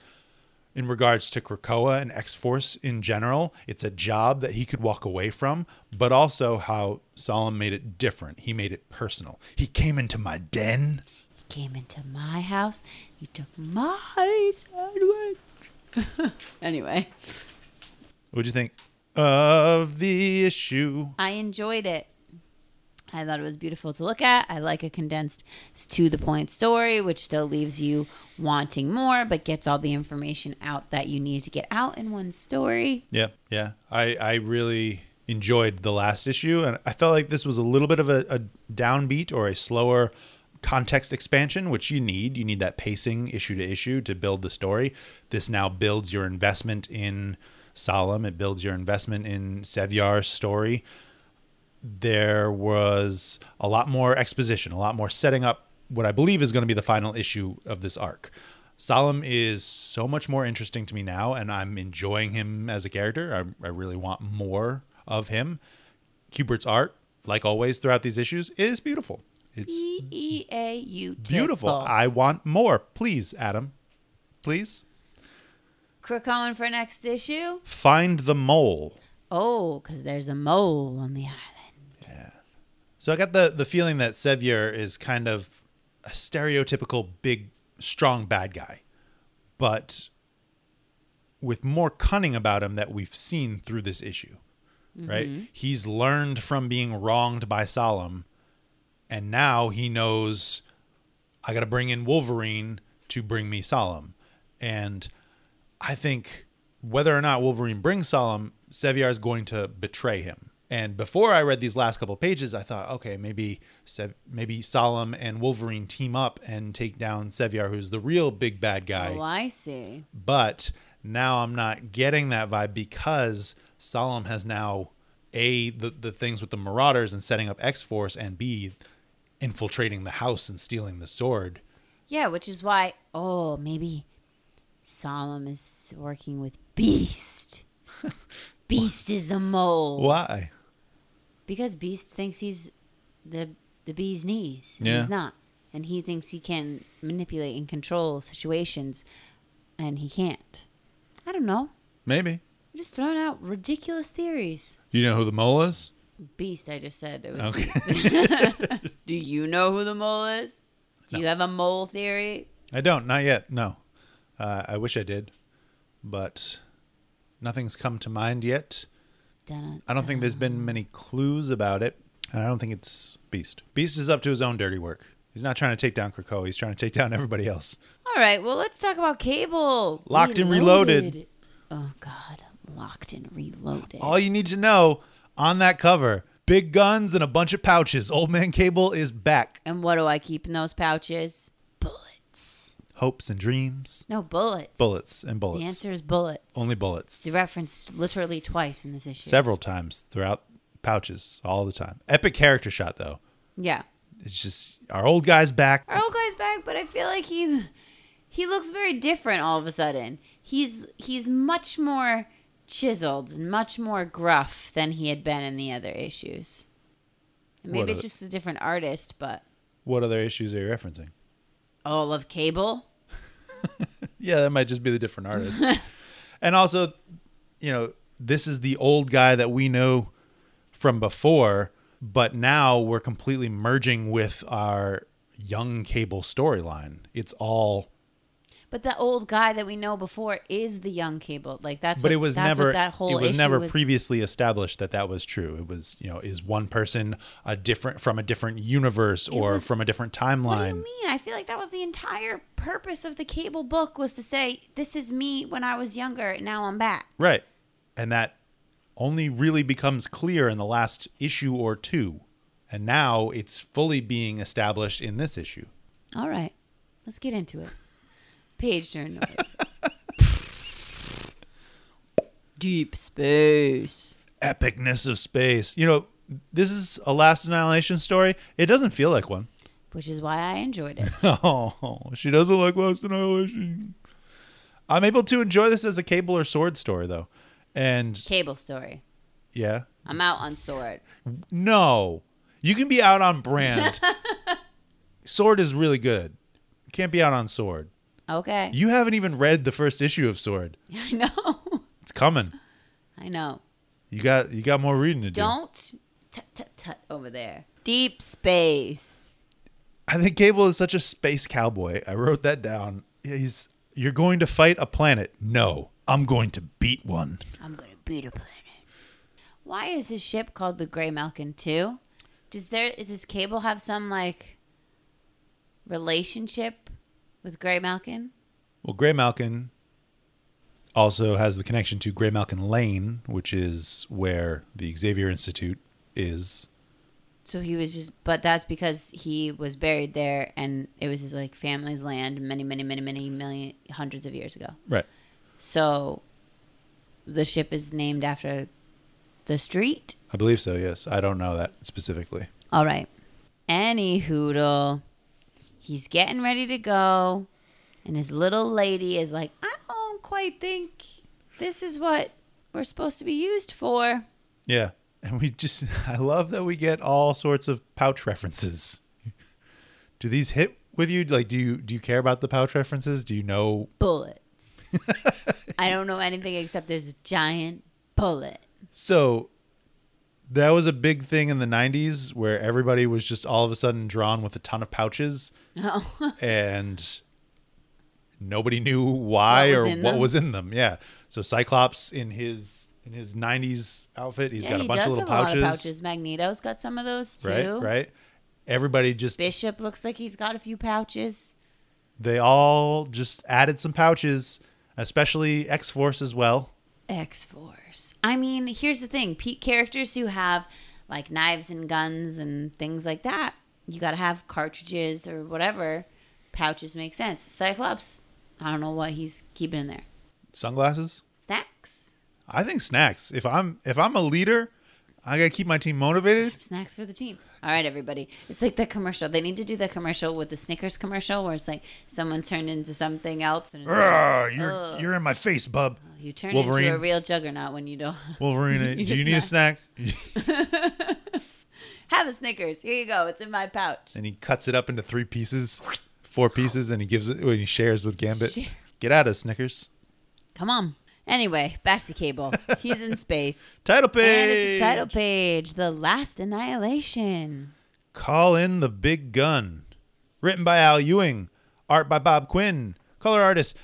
[SPEAKER 1] in regards to Krakoa and X Force in general. It's a job that he could walk away from, but also how Solemn made it different. He made it personal. He came into my den.
[SPEAKER 2] He came into my house. He took my sandwich. anyway,
[SPEAKER 1] What'd you think of the issue?
[SPEAKER 2] I enjoyed it. I thought it was beautiful to look at. I like a condensed to the point story, which still leaves you wanting more, but gets all the information out that you need to get out in one story.
[SPEAKER 1] Yeah, yeah. I I really enjoyed the last issue, and I felt like this was a little bit of a, a downbeat or a slower context expansion, which you need. You need that pacing issue to issue to build the story. This now builds your investment in Solemn. It builds your investment in Sevyar's story. There was a lot more exposition, a lot more setting up what I believe is going to be the final issue of this arc. Solemn is so much more interesting to me now, and I'm enjoying him as a character. I, I really want more of him. Cubert's art, like always throughout these issues, is beautiful. It's
[SPEAKER 2] B E A U.
[SPEAKER 1] beautiful. I want more. Please, Adam. Please
[SPEAKER 2] Crook on for next issue.
[SPEAKER 1] find the mole.
[SPEAKER 2] Oh, because there's a mole on the island.
[SPEAKER 1] So I got the the feeling that Sevier is kind of a stereotypical big, strong bad guy, but with more cunning about him that we've seen through this issue. Right? He's learned from being wronged by Solemn, and now he knows I got to bring in Wolverine to bring me Solemn. And I think whether or not Wolverine brings Solemn, Sevier is going to betray him. And before I read these last couple pages, I thought, okay, maybe Sev- maybe Solemn and Wolverine team up and take down Sevier, who's the real big bad guy
[SPEAKER 2] Oh, I see.
[SPEAKER 1] but now I'm not getting that vibe because Solemn has now a the, the things with the Marauders and setting up X Force, and b infiltrating the house and stealing the sword.
[SPEAKER 2] Yeah, which is why, oh, maybe Solemn is working with Beast. Beast is the mole.
[SPEAKER 1] Why?
[SPEAKER 2] Because Beast thinks he's the the bee's knees. And
[SPEAKER 1] Yeah.
[SPEAKER 2] He's not. And he thinks he can manipulate and control situations, and he can't. I don't know.
[SPEAKER 1] Maybe
[SPEAKER 2] I'm just throwing out ridiculous theories.
[SPEAKER 1] you know who the mole is.
[SPEAKER 2] Beast, I just said it was
[SPEAKER 1] Okay,
[SPEAKER 2] Do you know who the mole is? Do you have a mole theory?
[SPEAKER 1] I don't. Not yet. No, uh, I wish I did, but nothing's come to mind yet.
[SPEAKER 2] Dun-
[SPEAKER 1] I don't think there's been many clues about it. And I don't think it's Beast. Beast is up to his own dirty work. He's not trying to take down Krakoa. He's trying to take down everybody else.
[SPEAKER 2] All right, well, let's talk about Cable.
[SPEAKER 1] Locked and Reloaded.
[SPEAKER 2] Oh, God. Locked and reloaded.
[SPEAKER 1] All you need to know on that cover big guns and a bunch of pouches. Old Man Cable is back.
[SPEAKER 2] and what do I keep in those pouches? Bullets.
[SPEAKER 1] Hopes and dreams.
[SPEAKER 2] No, bullets.
[SPEAKER 1] Bullets and
[SPEAKER 2] The
[SPEAKER 1] bullets. Oh.
[SPEAKER 2] answer is bullets.
[SPEAKER 1] Only bullets.
[SPEAKER 2] It's referenced literally twice in this issue.
[SPEAKER 1] Several times throughout pouches, all the time. Epic character shot, though.
[SPEAKER 2] yeah.
[SPEAKER 1] It's just our old guy's back.
[SPEAKER 2] Our old guy's back, but I feel like he he looks very different all of a sudden. He's he's much more chiseled and much more gruff than he had been in the other issues. And
[SPEAKER 1] What
[SPEAKER 2] Maybe
[SPEAKER 1] are
[SPEAKER 2] it's
[SPEAKER 1] the-
[SPEAKER 2] just a different artist, but
[SPEAKER 1] What other issues are you referencing?
[SPEAKER 2] all of Cable.
[SPEAKER 1] Yeah, that might just be the different artist. and also, you know, this is the old guy that we know from before, but now we're completely merging with our young Cable storyline. It's all
[SPEAKER 2] But the old guy that we know before is the young Cable. Like that's.
[SPEAKER 1] but
[SPEAKER 2] what,
[SPEAKER 1] it was
[SPEAKER 2] that's
[SPEAKER 1] never
[SPEAKER 2] what that whole
[SPEAKER 1] it was
[SPEAKER 2] issue
[SPEAKER 1] never
[SPEAKER 2] was.
[SPEAKER 1] previously established that that was true it was you know is one person a different from a different universe or
[SPEAKER 2] was-
[SPEAKER 1] from a different
[SPEAKER 2] What do you
[SPEAKER 1] timeline
[SPEAKER 2] mean? I feel like that was the entire purpose of the Cable book was to say this is me when I was younger. and Now I'm back.
[SPEAKER 1] right and that only really becomes clear in the last issue or two and now it's fully being established in this issue
[SPEAKER 2] All right, let's get into it. Page turn noise. Deep space.
[SPEAKER 1] epicness of space you know this is a last annihilation story it doesn't feel like one
[SPEAKER 2] Which is why I enjoyed it.
[SPEAKER 1] Oh, she doesn't like Last Annihilation. I'm able to enjoy this as a cable or sword story, though. And
[SPEAKER 2] Cable story.
[SPEAKER 1] yeah,
[SPEAKER 2] I'm out on sword.
[SPEAKER 1] no, you can be out on brand. sword is really good. You can't be out on sword.
[SPEAKER 2] Okay.
[SPEAKER 1] You haven't even read the first issue of Sword.
[SPEAKER 2] I know.
[SPEAKER 1] It's coming.
[SPEAKER 2] I know.
[SPEAKER 1] You got you got more reading to do.
[SPEAKER 2] Don't tut tut tut over there. Deep space.
[SPEAKER 1] I think Cable is such a space cowboy. I wrote that down. He's you're going to fight a planet. No, I'm going to beat one.
[SPEAKER 2] I'm gonna beat a planet. Why is his ship called the Grey Malkin too? Does there is this cable have some like relationship with Grey Malkin?
[SPEAKER 1] Well, Gray Malkin also has the connection to Gray Malkin Lane, which is where the Xavier Institute is.
[SPEAKER 2] So he was just, but that's because he was buried there, and it was his like family's land many, many, many, many million hundreds of years ago.
[SPEAKER 1] Right.
[SPEAKER 2] So the ship is named after the street.
[SPEAKER 1] I believe so, yes. I don't know that specifically.
[SPEAKER 2] All right. Any hoodle. He's getting ready to go. And his little lady is like, I don't quite think this is what we're supposed to be used for.
[SPEAKER 1] Yeah. And we just, I love that we get all sorts of pouch references. Do these hit with you? Like, do you do you care about the pouch references? Do you know?
[SPEAKER 2] Bullets. I don't know anything except there's a giant bullet.
[SPEAKER 1] So, that was a big thing in the '90s, where everybody was just all of a sudden drawn with a ton of pouches.
[SPEAKER 2] Oh,
[SPEAKER 1] and nobody knew why
[SPEAKER 2] What was
[SPEAKER 1] or
[SPEAKER 2] in
[SPEAKER 1] what
[SPEAKER 2] them?
[SPEAKER 1] was in them. Yeah. So Cyclops in his in his '90s outfit, he's
[SPEAKER 2] yeah,
[SPEAKER 1] got a
[SPEAKER 2] he
[SPEAKER 1] bunch
[SPEAKER 2] does
[SPEAKER 1] of little
[SPEAKER 2] have a lot
[SPEAKER 1] pouches,
[SPEAKER 2] of pouches. Magneto's got some of those too.
[SPEAKER 1] right? Right. Everybody just
[SPEAKER 2] Bishop looks like he's got a few pouches.
[SPEAKER 1] they all just added some pouches, especially X Force as well.
[SPEAKER 2] X Force. I mean, here's the thing: pe- characters who have like knives and guns and things like that, you got to have cartridges or whatever. Pouches make sense. Cyclops, I don't know what he's keeping in there.
[SPEAKER 1] Sunglasses.
[SPEAKER 2] Snacks,
[SPEAKER 1] I think snacks. If I'm if I'm a leader, I gotta keep my team motivated.
[SPEAKER 2] snacks for the team. All right, everybody. It's like the commercial. They need to do the commercial with the Snickers commercial, where it's like someone turned into something else, and it's like,
[SPEAKER 1] Urgh, you're
[SPEAKER 2] Ugh.
[SPEAKER 1] you're in my face, bub.
[SPEAKER 2] you turn
[SPEAKER 1] Wolverine.
[SPEAKER 2] into a real juggernaut when you don't
[SPEAKER 1] Wolverine,
[SPEAKER 2] need
[SPEAKER 1] do
[SPEAKER 2] a
[SPEAKER 1] you need a snack?
[SPEAKER 2] have a Snickers. Here you go. It's in my pouch.
[SPEAKER 1] and he cuts it up into three pieces, four pieces, and he gives it. Well, he shares with Gambit.
[SPEAKER 2] Share.
[SPEAKER 1] Get out of Snickers.
[SPEAKER 2] Come on. Anyway, back to Cable. He's in space.
[SPEAKER 1] Title page.
[SPEAKER 2] And it's a title page, The Last Annihilation.
[SPEAKER 1] Call in the big gun. Written by Al Ewing, art by Bob Quinn, color artist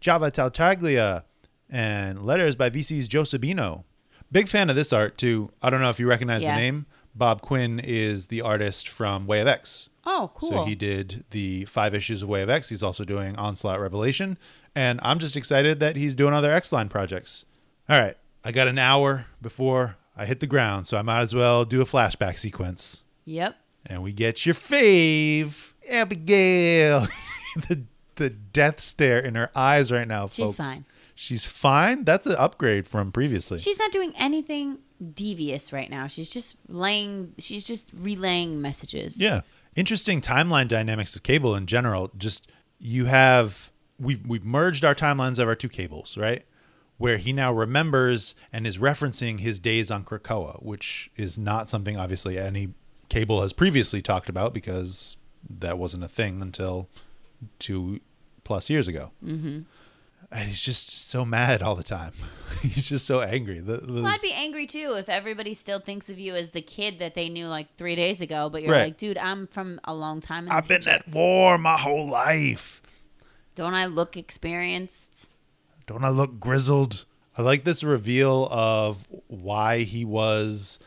[SPEAKER 1] Java Tartaglia, and letters by VC's Joe Sabino. Big fan of this art too. I don't know if you recognize
[SPEAKER 2] Yeah.
[SPEAKER 1] the name. Bob Quinn is the artist from Way of X.
[SPEAKER 2] Oh,
[SPEAKER 1] So he did the five issues of Way of X. He's also doing Onslaught Revelation. And I'm just excited that he's doing other X Line projects. All right. I got an hour before I hit the ground, so I might as well do a flashback sequence.
[SPEAKER 2] yep.
[SPEAKER 1] And we get your fave, Abigail. the the death stare in her eyes right now,
[SPEAKER 2] She's
[SPEAKER 1] folks.
[SPEAKER 2] fine.
[SPEAKER 1] She's fine. That's an upgrade from previously.
[SPEAKER 2] She's not doing anything devious right now. She's just laying, she's just relaying messages.
[SPEAKER 1] Yeah. Interesting timeline dynamics of cable in general. Just you have we've we've merged our timelines of our two cables, right? Where he now remembers and is referencing his days on Krakoa, which is not something obviously any cable has previously talked about because that wasn't a thing until two plus years ago. and he's just so mad all the time. he's just so angry. The- the-
[SPEAKER 2] Well, I'd be angry too if everybody still thinks of you as the kid that they knew like three days ago, but you're
[SPEAKER 1] Right.
[SPEAKER 2] like, dude, I'm from a long time. In the
[SPEAKER 1] I've been
[SPEAKER 2] future.
[SPEAKER 1] at war my whole life.
[SPEAKER 2] Don't I look experienced?
[SPEAKER 1] Don't I look grizzled? I like this reveal of why he was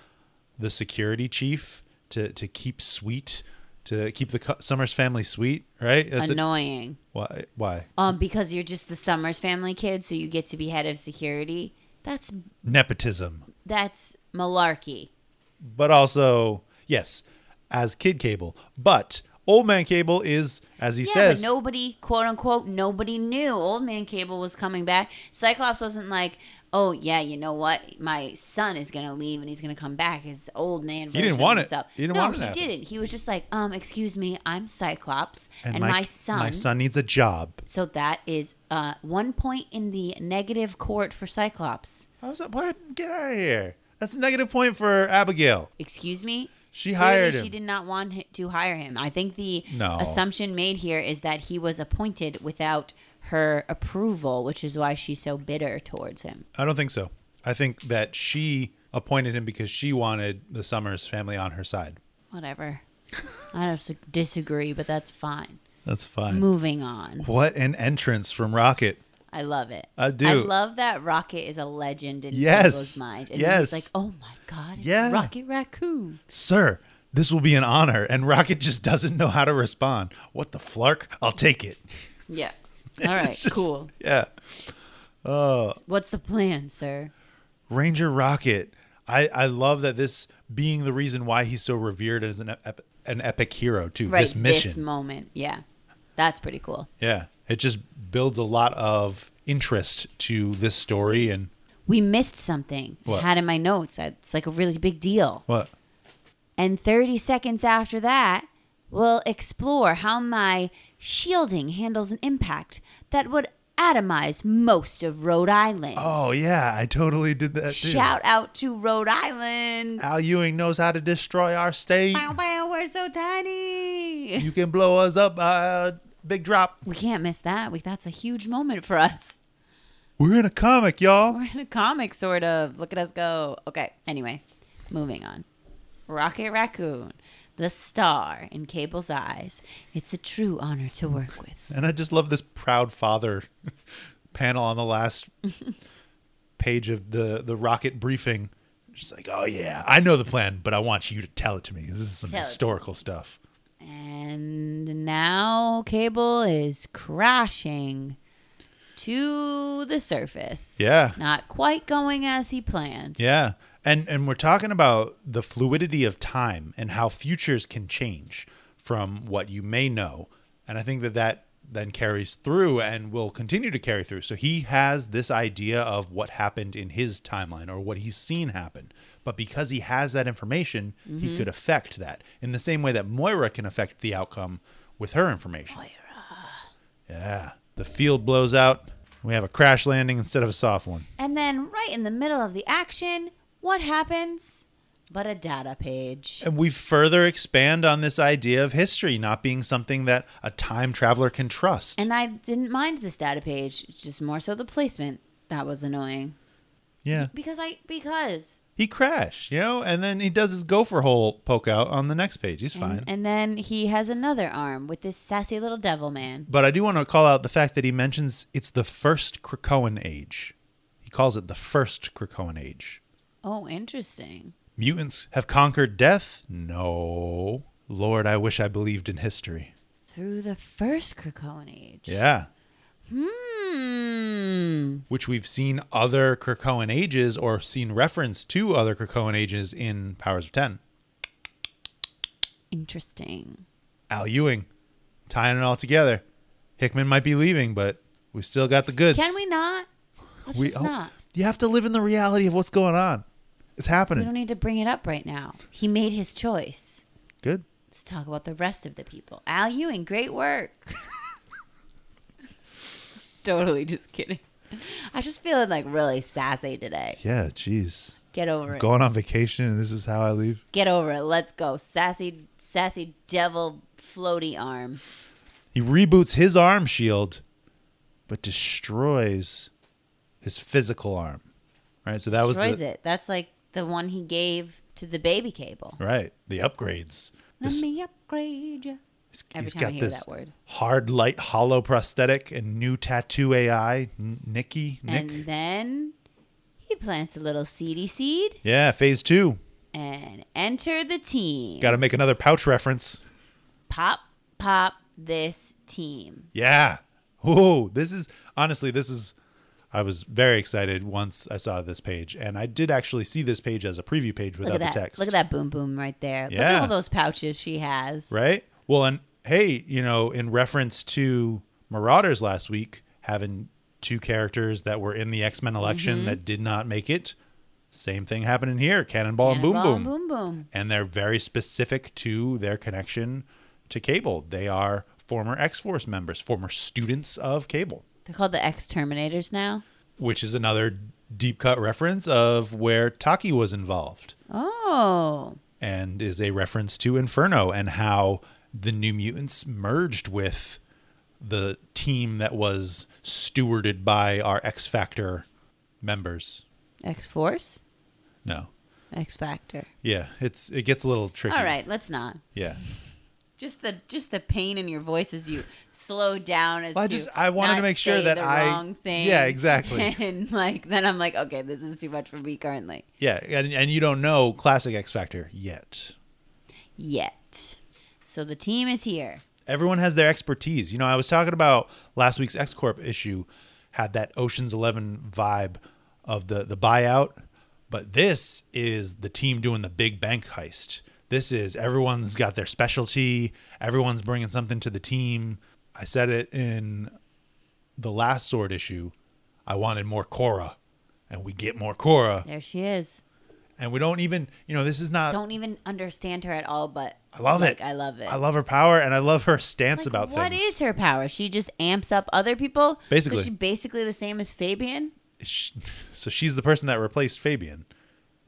[SPEAKER 1] the security chief to to keep sweet, to keep the Cu- Summers family sweet, right? That's it.
[SPEAKER 2] Annoying.
[SPEAKER 1] Why? Why?
[SPEAKER 2] Um, because you're just the Summers family kid, so you get to be head of security. That's
[SPEAKER 1] Nepotism,
[SPEAKER 2] that's malarkey.
[SPEAKER 1] but also yes, as Kid Cable, but Old Man Cable is, as he
[SPEAKER 2] Yeah,
[SPEAKER 1] says,
[SPEAKER 2] but nobody, quote unquote, nobody knew Old Man Cable was coming back. Cyclops wasn't like, oh yeah, you know what, my son is gonna leave and he's gonna come back. His old man.
[SPEAKER 1] didn't
[SPEAKER 2] version of
[SPEAKER 1] want it.
[SPEAKER 2] himself.
[SPEAKER 1] He didn't
[SPEAKER 2] no,
[SPEAKER 1] want it to
[SPEAKER 2] he
[SPEAKER 1] happen.
[SPEAKER 2] didn't. He was just like, um, excuse me, I'm Cyclops, and,
[SPEAKER 1] my,
[SPEAKER 2] my, son.
[SPEAKER 1] my son needs a job.
[SPEAKER 2] So that is uh, one point in the negative court for Cyclops.
[SPEAKER 1] I was like, what? Get out of here. That's a negative point for Abigail.
[SPEAKER 2] Excuse me.
[SPEAKER 1] She
[SPEAKER 2] Clearly,
[SPEAKER 1] hired
[SPEAKER 2] She
[SPEAKER 1] him.
[SPEAKER 2] did not want hi- to hire him. I think the
[SPEAKER 1] No.
[SPEAKER 2] assumption made here is that he was appointed without her approval, which is why she's so bitter towards him.
[SPEAKER 1] I don't think so. I think that she appointed him because she wanted the Summers family on her side.
[SPEAKER 2] Whatever. I don't s- disagree, but that's fine.
[SPEAKER 1] That's fine.
[SPEAKER 2] Moving on.
[SPEAKER 1] What an entrance from Rocket.
[SPEAKER 2] I love it.
[SPEAKER 1] I do.
[SPEAKER 2] I love that Rocket is a legend in
[SPEAKER 1] Yes.
[SPEAKER 2] people's mind. And
[SPEAKER 1] Yes.
[SPEAKER 2] he's like, oh my God, it's
[SPEAKER 1] Yeah.
[SPEAKER 2] Rocket Raccoon.
[SPEAKER 1] Sir, this will be an honor. And Rocket just doesn't know how to respond. What the flark? I'll take it.
[SPEAKER 2] Yeah. All right,
[SPEAKER 1] Just-
[SPEAKER 2] cool.
[SPEAKER 1] Yeah.
[SPEAKER 2] What's the plan, sir?
[SPEAKER 1] Ranger Rocket. I, I love that this being the reason why he's so revered as an, ep- an epic hero, too.
[SPEAKER 2] Right,
[SPEAKER 1] this mission.
[SPEAKER 2] this moment. Yeah. That's pretty cool.
[SPEAKER 1] Yeah, it just builds a lot of interest to this story and
[SPEAKER 2] We missed something. I
[SPEAKER 1] What?
[SPEAKER 2] had in my notes. that It's like a really big deal.
[SPEAKER 1] what?
[SPEAKER 2] And 30 seconds after that, we'll explore how my shielding handles an impact that would atomize most of Rhode Island.
[SPEAKER 1] Oh yeah, I totally did that too.
[SPEAKER 2] Shout out to Rhode Island.
[SPEAKER 1] Al Ewing knows how to destroy our state.
[SPEAKER 2] Wow, wow, we're so tiny.
[SPEAKER 1] You can blow us up by a big drop.
[SPEAKER 2] We can't miss that. We, that's a huge moment for us.
[SPEAKER 1] We're in a comic, y'all.
[SPEAKER 2] We're in a comic, sort of. Look at us go. Okay. Anyway, moving on. Rocket Raccoon, the star in Cable's eyes. It's a true honor to work with.
[SPEAKER 1] And I just love this proud father panel on the last page of the the rocket briefing. Just like, oh yeah, I know the plan, but I want you to tell it to me. This is some
[SPEAKER 2] Tell it to
[SPEAKER 1] historical stuff.
[SPEAKER 2] And now Cable is crashing to the surface.
[SPEAKER 1] Yeah.
[SPEAKER 2] Not quite going as he planned.
[SPEAKER 1] Yeah. And and we're talking about the fluidity of time and how futures can change from what you may know. And I think that that then carries through and will continue to carry through. So he has this idea of what happened in his timeline or what he's seen happen. But because he has that information, he could affect that in the same way that Moira can affect the outcome with her information. Moira. Yeah. The field blows out. We have a crash landing instead of a soft one.
[SPEAKER 2] And then, right in the middle of the action, what happens? But a data page.
[SPEAKER 1] And we further expand on this idea of history not being something that a time traveler can trust.
[SPEAKER 2] And I didn't mind this data page, it's just more so the placement that was annoying.
[SPEAKER 1] yeah.
[SPEAKER 2] Because I because
[SPEAKER 1] He crashed, you know, and then he does his gopher hole poke out on the next page. He's fine.
[SPEAKER 2] and, and then he has another arm with this sassy little devil man.
[SPEAKER 1] but I do want to call out the fact that he mentions it's the first Krakoan age. He calls it the first Krakoan age.
[SPEAKER 2] Oh, interesting.
[SPEAKER 1] Mutants have conquered death? No. Lord, I wish I believed in history.
[SPEAKER 2] Through the first Krakoan age.
[SPEAKER 1] Yeah.
[SPEAKER 2] Hmm.
[SPEAKER 1] which we've seen other Krakoan ages or seen reference to other Krakoan ages in Powers of Ten.
[SPEAKER 2] Interesting.
[SPEAKER 1] Al Ewing, tying it all together. Hickman might be leaving, but we still got the goods.
[SPEAKER 2] Can we not? Let's
[SPEAKER 1] We-
[SPEAKER 2] just
[SPEAKER 1] oh,
[SPEAKER 2] not.
[SPEAKER 1] You have to live in the reality of what's going on. It's
[SPEAKER 2] We
[SPEAKER 1] happening.
[SPEAKER 2] don't need to bring it up right now. He made his choice.
[SPEAKER 1] Good.
[SPEAKER 2] Let's talk about the rest of the people. Al Ewing, great work. totally just kidding. I just feeling like really sassy today.
[SPEAKER 1] Yeah, jeez.
[SPEAKER 2] Get over it.
[SPEAKER 1] Going on vacation and this is how I leave.
[SPEAKER 2] Get over it. Let's go. Sassy, sassy devil floaty arm.
[SPEAKER 1] He reboots his arm shield but destroys his physical arm. Right? So that
[SPEAKER 2] destroys
[SPEAKER 1] was the,
[SPEAKER 2] it. That's like the one he gave to the baby cable.
[SPEAKER 1] right, the upgrades. This-
[SPEAKER 2] Let me upgrade you.
[SPEAKER 1] he's-
[SPEAKER 2] Every
[SPEAKER 1] he's
[SPEAKER 2] time
[SPEAKER 1] got
[SPEAKER 2] I hear
[SPEAKER 1] this
[SPEAKER 2] that word.
[SPEAKER 1] hard light hollow prosthetic and new tattoo AI, N- Nikki, Nick.
[SPEAKER 2] And then he plants a little seedy seed
[SPEAKER 1] yeah, phase 2.
[SPEAKER 2] and enter the team.
[SPEAKER 1] Got to make another pouch reference.
[SPEAKER 2] Pop, pop this team.
[SPEAKER 1] Yeah. Oh, this is honestly, this is. I was very excited once I saw this page, and I did actually see this page as a preview page
[SPEAKER 2] Look
[SPEAKER 1] without
[SPEAKER 2] at
[SPEAKER 1] the
[SPEAKER 2] that.
[SPEAKER 1] text.
[SPEAKER 2] Look at that boom boom right there. Look
[SPEAKER 1] Yeah.
[SPEAKER 2] at all those pouches she has.
[SPEAKER 1] Right. Well, and hey, you know, in reference to Marauders last week having two characters that were in the X Men election
[SPEAKER 2] Mm-hmm.
[SPEAKER 1] that did not make it, same thing happening here. Cannonball, and
[SPEAKER 2] Cannonball
[SPEAKER 1] Boom Boom.
[SPEAKER 2] boom boom.
[SPEAKER 1] and they're very specific to their connection to Cable. They are former X Force members, former students of Cable.
[SPEAKER 2] They're called the X Terminators now.
[SPEAKER 1] which is another deep cut reference of where Taki was involved
[SPEAKER 2] Oh.
[SPEAKER 1] and is a reference to Inferno and how the New Mutants merged with the team that was stewarded by our X Factor members.
[SPEAKER 2] X Force?
[SPEAKER 1] No.
[SPEAKER 2] X Factor.
[SPEAKER 1] Yeah, it's it gets a little tricky.
[SPEAKER 2] All right, let's not.
[SPEAKER 1] Yeah.
[SPEAKER 2] Just the just the pain in your voice as you slow down as
[SPEAKER 1] Well, I
[SPEAKER 2] to
[SPEAKER 1] just I wanted to
[SPEAKER 2] not
[SPEAKER 1] make sure
[SPEAKER 2] say
[SPEAKER 1] that
[SPEAKER 2] the
[SPEAKER 1] I
[SPEAKER 2] wrong thing.
[SPEAKER 1] Yeah, exactly.
[SPEAKER 2] And like then I'm like, okay, this is too much for me currently.
[SPEAKER 1] yeah, and and you don't know classic X Factor yet.
[SPEAKER 2] Yet. So the team is here.
[SPEAKER 1] everyone has their expertise. You know, I was talking about last week's X Corp issue had that Ocean's 11 vibe of the the buyout, but this is the team doing the big bank heist. This is everyone's got their specialty, everyone's bringing something to the team. I said it in the last sword issue. I wanted more Cora, and we get more Cora,
[SPEAKER 2] There she is.
[SPEAKER 1] and we don't even, you know, this is not
[SPEAKER 2] Don't even understand her at all, but
[SPEAKER 1] I love
[SPEAKER 2] like,
[SPEAKER 1] it.
[SPEAKER 2] I love it.
[SPEAKER 1] I love her power and I love her stance
[SPEAKER 2] Like,
[SPEAKER 1] about
[SPEAKER 2] what
[SPEAKER 1] things.
[SPEAKER 2] is her power? She just amps up other people. So
[SPEAKER 1] Basically.
[SPEAKER 2] she's basically the same as Fabian.
[SPEAKER 1] sh- so she's the person that replaced Fabian.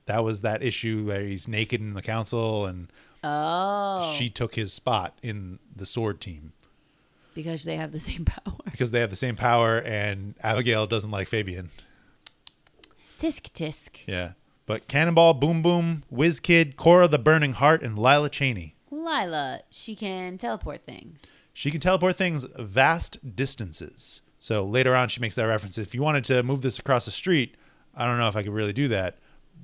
[SPEAKER 1] That was that issue where he's naked in the council and
[SPEAKER 2] Oh,
[SPEAKER 1] she took his spot in the sword team
[SPEAKER 2] because they have the same power.
[SPEAKER 1] because they have the same power and Abigail doesn't like Fabian.
[SPEAKER 2] Tisk tisk.
[SPEAKER 1] Yeah. But Cannonball, Boom Boom, Whiz Kid, Cora the Burning Heart, and Lila Cheney.
[SPEAKER 2] Lila, she can teleport things.
[SPEAKER 1] She can teleport things vast distances. So later on, she makes that reference. If you wanted to move this across the street, I don't know if I could really do that.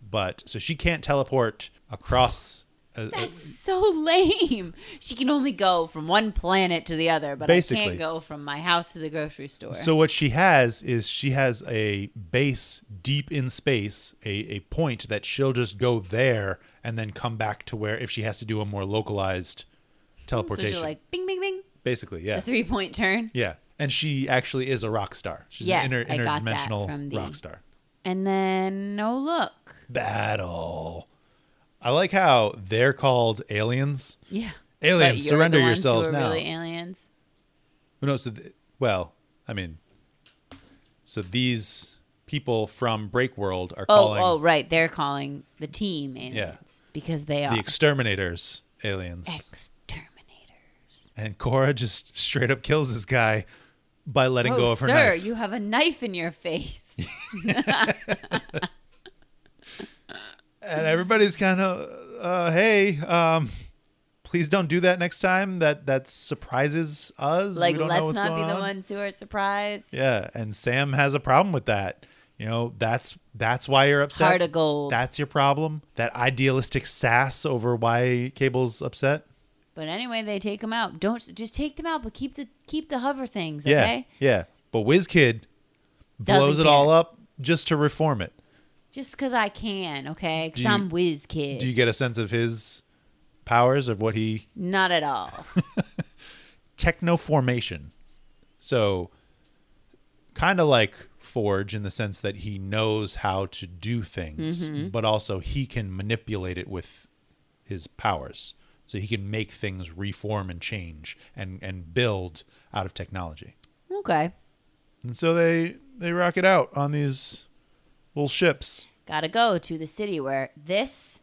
[SPEAKER 1] But so she can't teleport across. a- a-
[SPEAKER 2] That's so lame. She can only go from one planet to the other, but I
[SPEAKER 1] Basically.
[SPEAKER 2] can't go from my house to the grocery store.
[SPEAKER 1] So what she has is she has a base deep in space, a, a point that she'll just go there and then come back to where if she has to do a more localized
[SPEAKER 2] So
[SPEAKER 1] teleportation.
[SPEAKER 2] she's like, bing, bing, bing,
[SPEAKER 1] Basically,
[SPEAKER 2] a
[SPEAKER 1] yeah.
[SPEAKER 2] three point turn.
[SPEAKER 1] Yeah. And she actually is a rock star. She's
[SPEAKER 2] Yes,
[SPEAKER 1] an inter-
[SPEAKER 2] I got that
[SPEAKER 1] interdimensional
[SPEAKER 2] from the-
[SPEAKER 1] rock star.
[SPEAKER 2] And then no look.
[SPEAKER 1] Battle. I like how they're called aliens.
[SPEAKER 2] Yeah.
[SPEAKER 1] Aliens,
[SPEAKER 2] But you're
[SPEAKER 1] surrender
[SPEAKER 2] the ones
[SPEAKER 1] yourselves
[SPEAKER 2] who are
[SPEAKER 1] now.
[SPEAKER 2] Really aliens.
[SPEAKER 1] Who knows? So th- well, I mean, so these people from Break World are
[SPEAKER 2] Oh,
[SPEAKER 1] calling
[SPEAKER 2] oh, right. They're calling the team aliens because they are
[SPEAKER 1] the exterminators aliens
[SPEAKER 2] exterminators.
[SPEAKER 1] and cora just straight up kills this guy by letting go
[SPEAKER 2] Oh,
[SPEAKER 1] of her
[SPEAKER 2] sir,
[SPEAKER 1] knife
[SPEAKER 2] you have a knife in your face.
[SPEAKER 1] and everybody's kind of uh, hey um please don't do that next time that that surprises us
[SPEAKER 2] like,
[SPEAKER 1] we don't know
[SPEAKER 2] let's
[SPEAKER 1] what's
[SPEAKER 2] not be
[SPEAKER 1] going
[SPEAKER 2] the
[SPEAKER 1] on.
[SPEAKER 2] ones who are surprised.
[SPEAKER 1] yeah and sam has a problem with that you know that's that's why you're upset
[SPEAKER 2] Heart of gold.
[SPEAKER 1] that's your problem that idealistic sass over why cable's upset
[SPEAKER 2] But anyway, they take them out. Don't just take them out, but keep the keep the hover things.
[SPEAKER 1] yeah
[SPEAKER 2] Okay,
[SPEAKER 1] yeah but WizKid
[SPEAKER 2] Doesn't
[SPEAKER 1] blows it all
[SPEAKER 2] care.
[SPEAKER 1] up just to reform it
[SPEAKER 2] just because I can. Okay,
[SPEAKER 1] Do
[SPEAKER 2] because
[SPEAKER 1] you-
[SPEAKER 2] I'm whiz kid.
[SPEAKER 1] Do you get a sense of his powers of what he
[SPEAKER 2] Not at all.
[SPEAKER 1] techno formation? So kind of like Forge in the sense that he knows how to do things, but also he can manipulate it with his powers. So he can make things reform and change and and build out of technology.
[SPEAKER 2] okay,
[SPEAKER 1] And so they they rock it out on these little ships.
[SPEAKER 2] gotta go to the city where this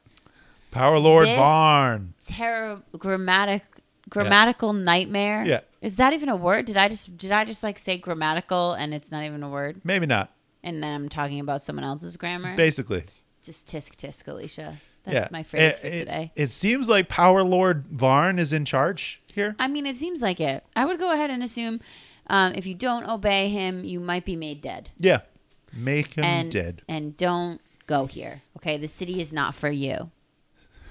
[SPEAKER 1] Power Lord
[SPEAKER 2] This-
[SPEAKER 1] Varn.
[SPEAKER 2] terror grammatic grammatical nightmare
[SPEAKER 1] Yeah.
[SPEAKER 2] Is that even a word? Did I just did I just like say grammatical and it's not even a word?
[SPEAKER 1] Maybe not.
[SPEAKER 2] And then I'm talking about someone else's grammar.
[SPEAKER 1] Basically.
[SPEAKER 2] just tisk tisk, Alicia. That's
[SPEAKER 1] yeah. Eh,
[SPEAKER 2] my phrase
[SPEAKER 1] It-
[SPEAKER 2] for
[SPEAKER 1] it-
[SPEAKER 2] today.
[SPEAKER 1] It, seems like Power Lord Varn is in charge here.
[SPEAKER 2] I mean, it seems like it. I would go ahead and assume um, if you don't obey him, you might be made dead.
[SPEAKER 1] Yeah. Make him
[SPEAKER 2] And
[SPEAKER 1] dead.
[SPEAKER 2] And don't go here. Okay, the city is not for you.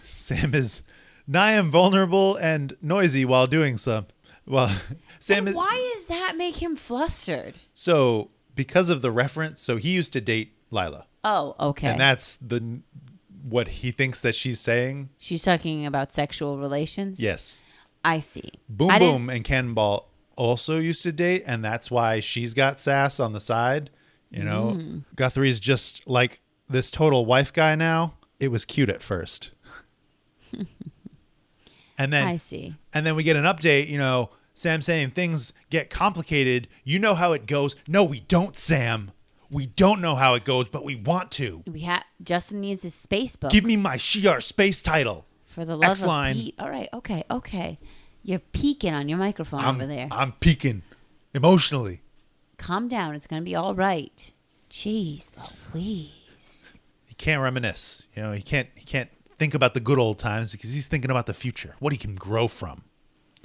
[SPEAKER 1] Sam is nigh am vulnerable and noisy while doing some. Well, Sam
[SPEAKER 2] And
[SPEAKER 1] is
[SPEAKER 2] why does that make him flustered?
[SPEAKER 1] so because of the reference. So he used to date Lila,
[SPEAKER 2] Oh, okay.
[SPEAKER 1] and that's the what he thinks that she's saying.
[SPEAKER 2] She's talking about sexual relations.
[SPEAKER 1] Yes,
[SPEAKER 2] I see.
[SPEAKER 1] Boom
[SPEAKER 2] I didn't-
[SPEAKER 1] Boom and Cannonball also used to date, and that's why she's got sass on the side. You know,
[SPEAKER 2] Mm.
[SPEAKER 1] Guthrie's just like this total wife guy now. It was cute at first. and then
[SPEAKER 2] I see.
[SPEAKER 1] and then we get an update, you know, Sam saying things get complicated. You know how it goes. No, we don't, Sam. We don't know how it goes, but we want to.
[SPEAKER 2] We have Justin needs his space book
[SPEAKER 1] Give me my Shiar space title.
[SPEAKER 2] for the love
[SPEAKER 1] X-line.
[SPEAKER 2] of Pete. All right, okay, okay. You're peeking on your microphone
[SPEAKER 1] I'm,
[SPEAKER 2] over there.
[SPEAKER 1] I'm peaking emotionally.
[SPEAKER 2] Calm down. It's gonna be all right. Jeez, Louise.
[SPEAKER 1] He can't reminisce. You know, he can't he can't think about the good old times because he's thinking about the future, what he can grow from.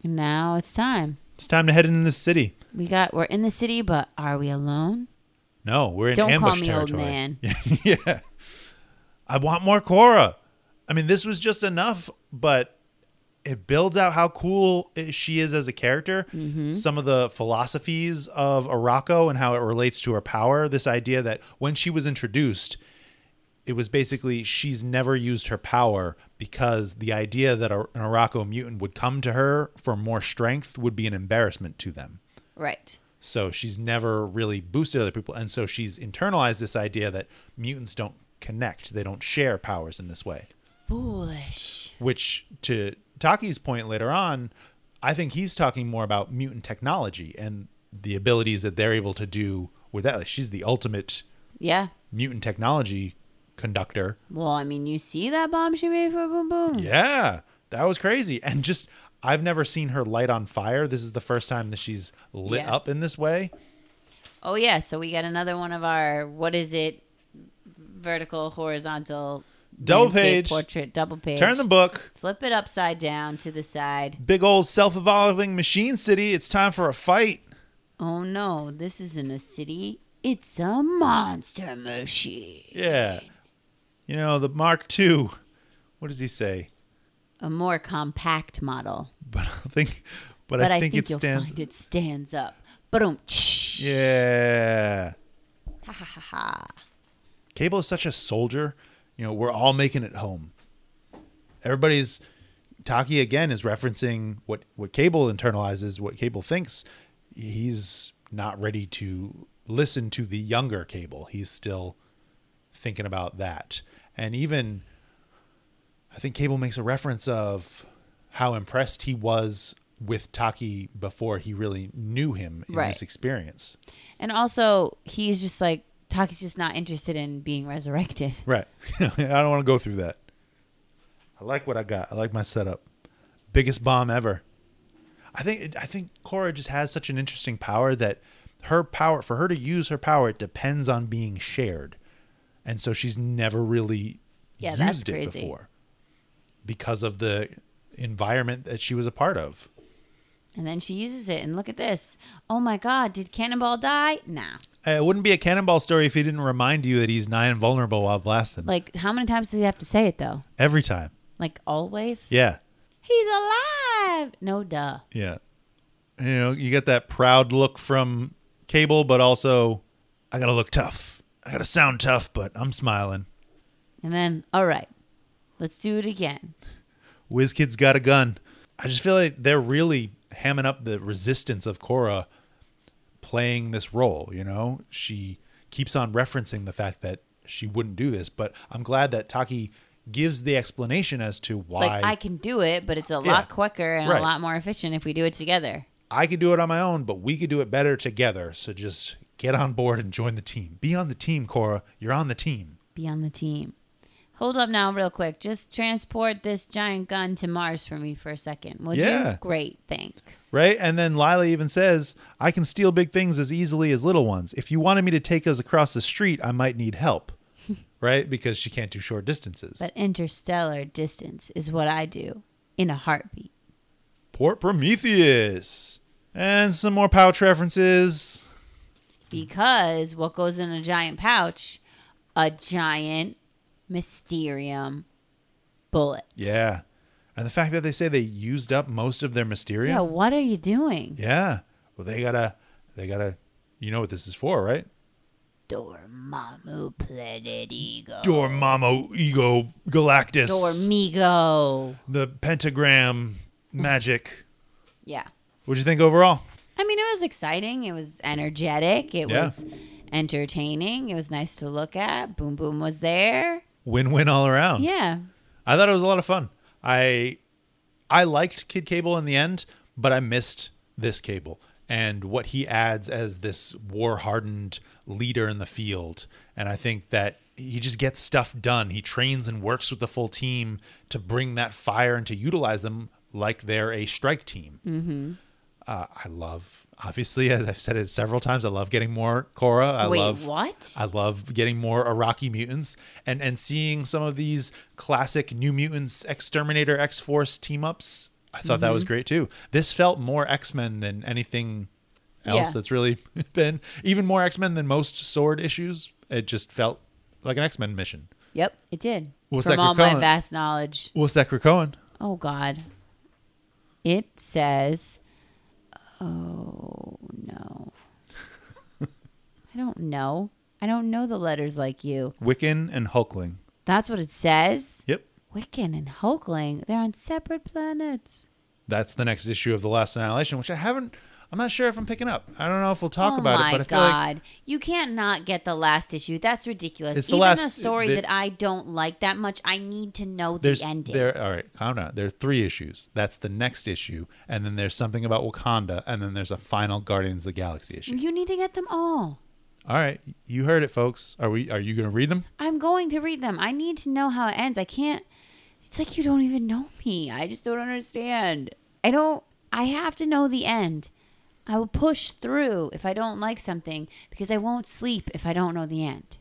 [SPEAKER 2] And Now it's time.
[SPEAKER 1] It's time to head into the city.
[SPEAKER 2] We got. We're in the city, but are we alone?
[SPEAKER 1] No, we're in
[SPEAKER 2] Don't
[SPEAKER 1] ambush
[SPEAKER 2] call me old
[SPEAKER 1] territory.
[SPEAKER 2] man.
[SPEAKER 1] yeah. I want more Korra. I mean, this was just enough, but it builds out how cool i- she is as a character. Some of the philosophies of Araco and how it relates to her power. This idea that when she was introduced, it was basically she's never used her power because the idea that a- an Araco mutant would come to her for more strength would be an embarrassment to them.
[SPEAKER 2] Right.
[SPEAKER 1] So she's never really boosted other people. And so she's internalized this idea that mutants don't connect, they don't share powers in this way.
[SPEAKER 2] Foolish.
[SPEAKER 1] Which, to Taki's point later on, I think he's talking more about mutant technology and the abilities that they're able to do with that. Like she's the ultimate
[SPEAKER 2] Yeah.
[SPEAKER 1] mutant technology conductor.
[SPEAKER 2] Well, I mean, you see that bomb she made for Boom Boom.
[SPEAKER 1] Yeah, that was crazy. And just, I've never seen her light on fire. This is the first time that she's lit
[SPEAKER 2] Yeah.
[SPEAKER 1] up in this way.
[SPEAKER 2] Oh yeah. So we got another one of our. What is it? Vertical, horizontal.
[SPEAKER 1] Double
[SPEAKER 2] landscape
[SPEAKER 1] page.
[SPEAKER 2] portrait, double page.
[SPEAKER 1] Turn the book.
[SPEAKER 2] Flip it upside down to the side.
[SPEAKER 1] Big old self evolving machine city. It's time for a fight.
[SPEAKER 2] Oh no, this isn't a city. It's a monster machine.
[SPEAKER 1] Yeah. You know, the Mark II. What does he say?
[SPEAKER 2] A more compact model.
[SPEAKER 1] But I think but,
[SPEAKER 2] But
[SPEAKER 1] I, think, it
[SPEAKER 2] you'll
[SPEAKER 1] stands
[SPEAKER 2] find it stands up. Boom.
[SPEAKER 1] Yeah.
[SPEAKER 2] Ha ha ha ha.
[SPEAKER 1] Cable is such a soldier. You know, we're all making it home. Everybody's Taki again is referencing what what Cable internalizes, what Cable thinks. He's not ready to listen to the younger Cable. He's still thinking about that. And even I think Cable makes a reference of how impressed he was with Taki before he really knew him in
[SPEAKER 2] Right.
[SPEAKER 1] this experience.
[SPEAKER 2] And also, he's just like Taki's just not interested in being resurrected.
[SPEAKER 1] Right. I don't want to go through that. I like what I got. I like my setup. Biggest bomb ever. I think I think Cora just has such an interesting power that her power for her to use her power it depends on being shared. And so she's never really
[SPEAKER 2] Yeah,
[SPEAKER 1] used
[SPEAKER 2] that's
[SPEAKER 1] it
[SPEAKER 2] crazy.
[SPEAKER 1] before because of the environment that she was a part of.
[SPEAKER 2] And then she uses it, and look at this. Oh my God! Did Cannonball die? Nah.
[SPEAKER 1] Hey, It wouldn't be a cannonball story if he didn't remind you that he's nigh and vulnerable while blasting.
[SPEAKER 2] Like, how many times does he have to say it though?
[SPEAKER 1] Every time.
[SPEAKER 2] Like always.
[SPEAKER 1] Yeah.
[SPEAKER 2] He's alive. No, duh.
[SPEAKER 1] Yeah. You know, you get that proud look from Cable, but also, I got to look tough. I got to sound tough, but I'm smiling.
[SPEAKER 2] And then, all right, let's do it again.
[SPEAKER 1] WizKid's got a gun. I just feel like they're really hamming up the resistance of Korra playing this role, you know? She keeps on referencing the fact that she wouldn't do this, but I'm glad that Taki gives the explanation as to why
[SPEAKER 2] like I can do it, but it's a lot
[SPEAKER 1] Yeah.
[SPEAKER 2] quicker and
[SPEAKER 1] Right.
[SPEAKER 2] a lot more efficient if we do it together.
[SPEAKER 1] I could do it on my own, but we could do it better together. So just get on board and join the team. Be on the team, Cora. You're on the team.
[SPEAKER 2] Be on the team. Hold up now, real quick. Just transport this giant gun to Mars for me for a second, would
[SPEAKER 1] Yeah.
[SPEAKER 2] you? Great, thanks.
[SPEAKER 1] Right? And then Lila even says, I can steal big things as easily as little ones. If you wanted me to take us across the street, I might need help. right? Because she can't do short distances.
[SPEAKER 2] But interstellar distance is what I do in a heartbeat.
[SPEAKER 1] Port Prometheus. And some more pouch references.
[SPEAKER 2] Because what goes in a giant pouch? A giant Mysterium bullet.
[SPEAKER 1] Yeah. And the fact that they say they used up most of their Mysterium.
[SPEAKER 2] Yeah, what are you doing?
[SPEAKER 1] Yeah. Well, they gotta, they gotta, you know what this is for, right?
[SPEAKER 2] Dormammu Planet Ego.
[SPEAKER 1] Dormammu, Ego, Galactus,
[SPEAKER 2] Dormigo.
[SPEAKER 1] the pentagram, magic.
[SPEAKER 2] Yeah.
[SPEAKER 1] What'd you think overall?
[SPEAKER 2] I mean, it was exciting. It was energetic. It
[SPEAKER 1] Yeah.
[SPEAKER 2] was entertaining. It was nice to look at. Boom Boom was there.
[SPEAKER 1] Win-win all around.
[SPEAKER 2] Yeah.
[SPEAKER 1] I thought it was a lot of fun. I, I liked Kid Cable in the end, but I missed this Cable and what he adds as this war-hardened leader in the field. And I think that he just gets stuff done. He trains and works with the full team to bring that fire and to utilize them like they're a strike team.
[SPEAKER 2] Mm-hmm.
[SPEAKER 1] Uh, I love, obviously, as I've said it several times, I love getting more Korra. I
[SPEAKER 2] Wait,
[SPEAKER 1] love
[SPEAKER 2] what?
[SPEAKER 1] I love getting more Iraqi mutants and and seeing some of these classic New Mutants Exterminator X Force team ups. I thought that
[SPEAKER 2] Mm-hmm.
[SPEAKER 1] was great too. This felt more X Men than anything else
[SPEAKER 2] Yeah.
[SPEAKER 1] that's really been even more X Men than most Sword issues. It just felt like an X Men mission.
[SPEAKER 2] yep, it did.
[SPEAKER 1] What's
[SPEAKER 2] From
[SPEAKER 1] that
[SPEAKER 2] all my
[SPEAKER 1] Krakoan?
[SPEAKER 2] vast knowledge.
[SPEAKER 1] What's that, Krakoan?
[SPEAKER 2] Oh God. It says Oh no. I don't know. I don't know the letters like you.
[SPEAKER 1] Wiccan and Hulkling.
[SPEAKER 2] That's what it says.
[SPEAKER 1] Yep,
[SPEAKER 2] Wiccan and Hulkling, they're on separate planets.
[SPEAKER 1] that's the next issue of the Last Annihilation, which I haven't. I'm not sure if I'm picking up. I don't know if we'll talk
[SPEAKER 2] oh
[SPEAKER 1] about
[SPEAKER 2] my
[SPEAKER 1] it, but I feel like
[SPEAKER 2] god. you can't not get the last issue. That's ridiculous.
[SPEAKER 1] It's the
[SPEAKER 2] Even a
[SPEAKER 1] last-
[SPEAKER 2] story
[SPEAKER 1] the-
[SPEAKER 2] that I don't like that much, I need to know the
[SPEAKER 1] there's
[SPEAKER 2] ending.
[SPEAKER 1] there all right calm down there are three issues that's the next issue and then there's something about wakanda and then there's a final guardians of the galaxy issue
[SPEAKER 2] you need to get them all.
[SPEAKER 1] all right you heard it folks are we are you gonna read them
[SPEAKER 2] I'm going to read them. I need to know how it ends. I can't. It's like you don't even know me. I just don't understand. I don't. I have to know the end. I will push through if I don't like something because I won't sleep if I don't know the end.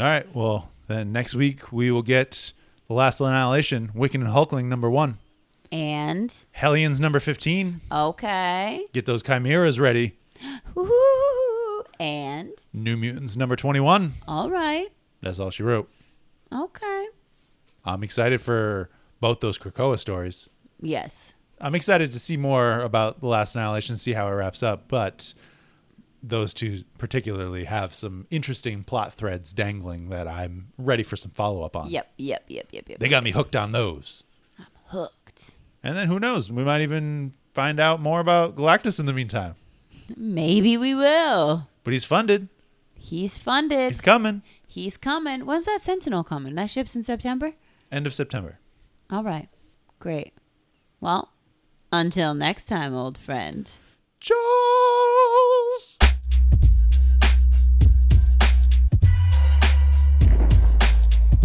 [SPEAKER 1] all right well then next week we will get the last annihilation wiccan and hulkling number one
[SPEAKER 2] And
[SPEAKER 1] hellions number 15
[SPEAKER 2] okay.
[SPEAKER 1] get those chimeras ready
[SPEAKER 2] Ooh, and
[SPEAKER 1] new mutants number 21
[SPEAKER 2] all right.
[SPEAKER 1] that's all she wrote
[SPEAKER 2] Okay.
[SPEAKER 1] i'm excited for both those krakoa stories
[SPEAKER 2] Yes.
[SPEAKER 1] I'm excited to see more about The Last Annihilation, see how it wraps up, but those two particularly have some interesting plot threads dangling that I'm ready for some follow up on.
[SPEAKER 2] Yep. Yep. Yep. Yep. Yep.
[SPEAKER 1] They got me hooked on those.
[SPEAKER 2] Hooked.
[SPEAKER 1] And then who knows? We might even find out more about Galactus in the meantime.
[SPEAKER 2] Maybe we will.
[SPEAKER 1] But he's funded,
[SPEAKER 2] He's funded.
[SPEAKER 1] he's coming.
[SPEAKER 2] He's coming. When's that Sentinel coming? That ship's in September?
[SPEAKER 1] End of September.
[SPEAKER 2] All right. Great. Well, until next time, old friend.
[SPEAKER 1] Charles!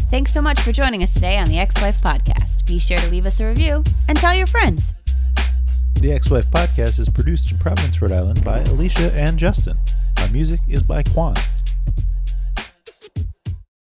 [SPEAKER 2] Thanks so much for joining us today on the Ex Wife Podcast. Be sure to leave us a review and tell your friends.
[SPEAKER 1] The Ex Wife Podcast is produced in Providence, Rhode Island by Alicia and Justin. Our music is by Quan.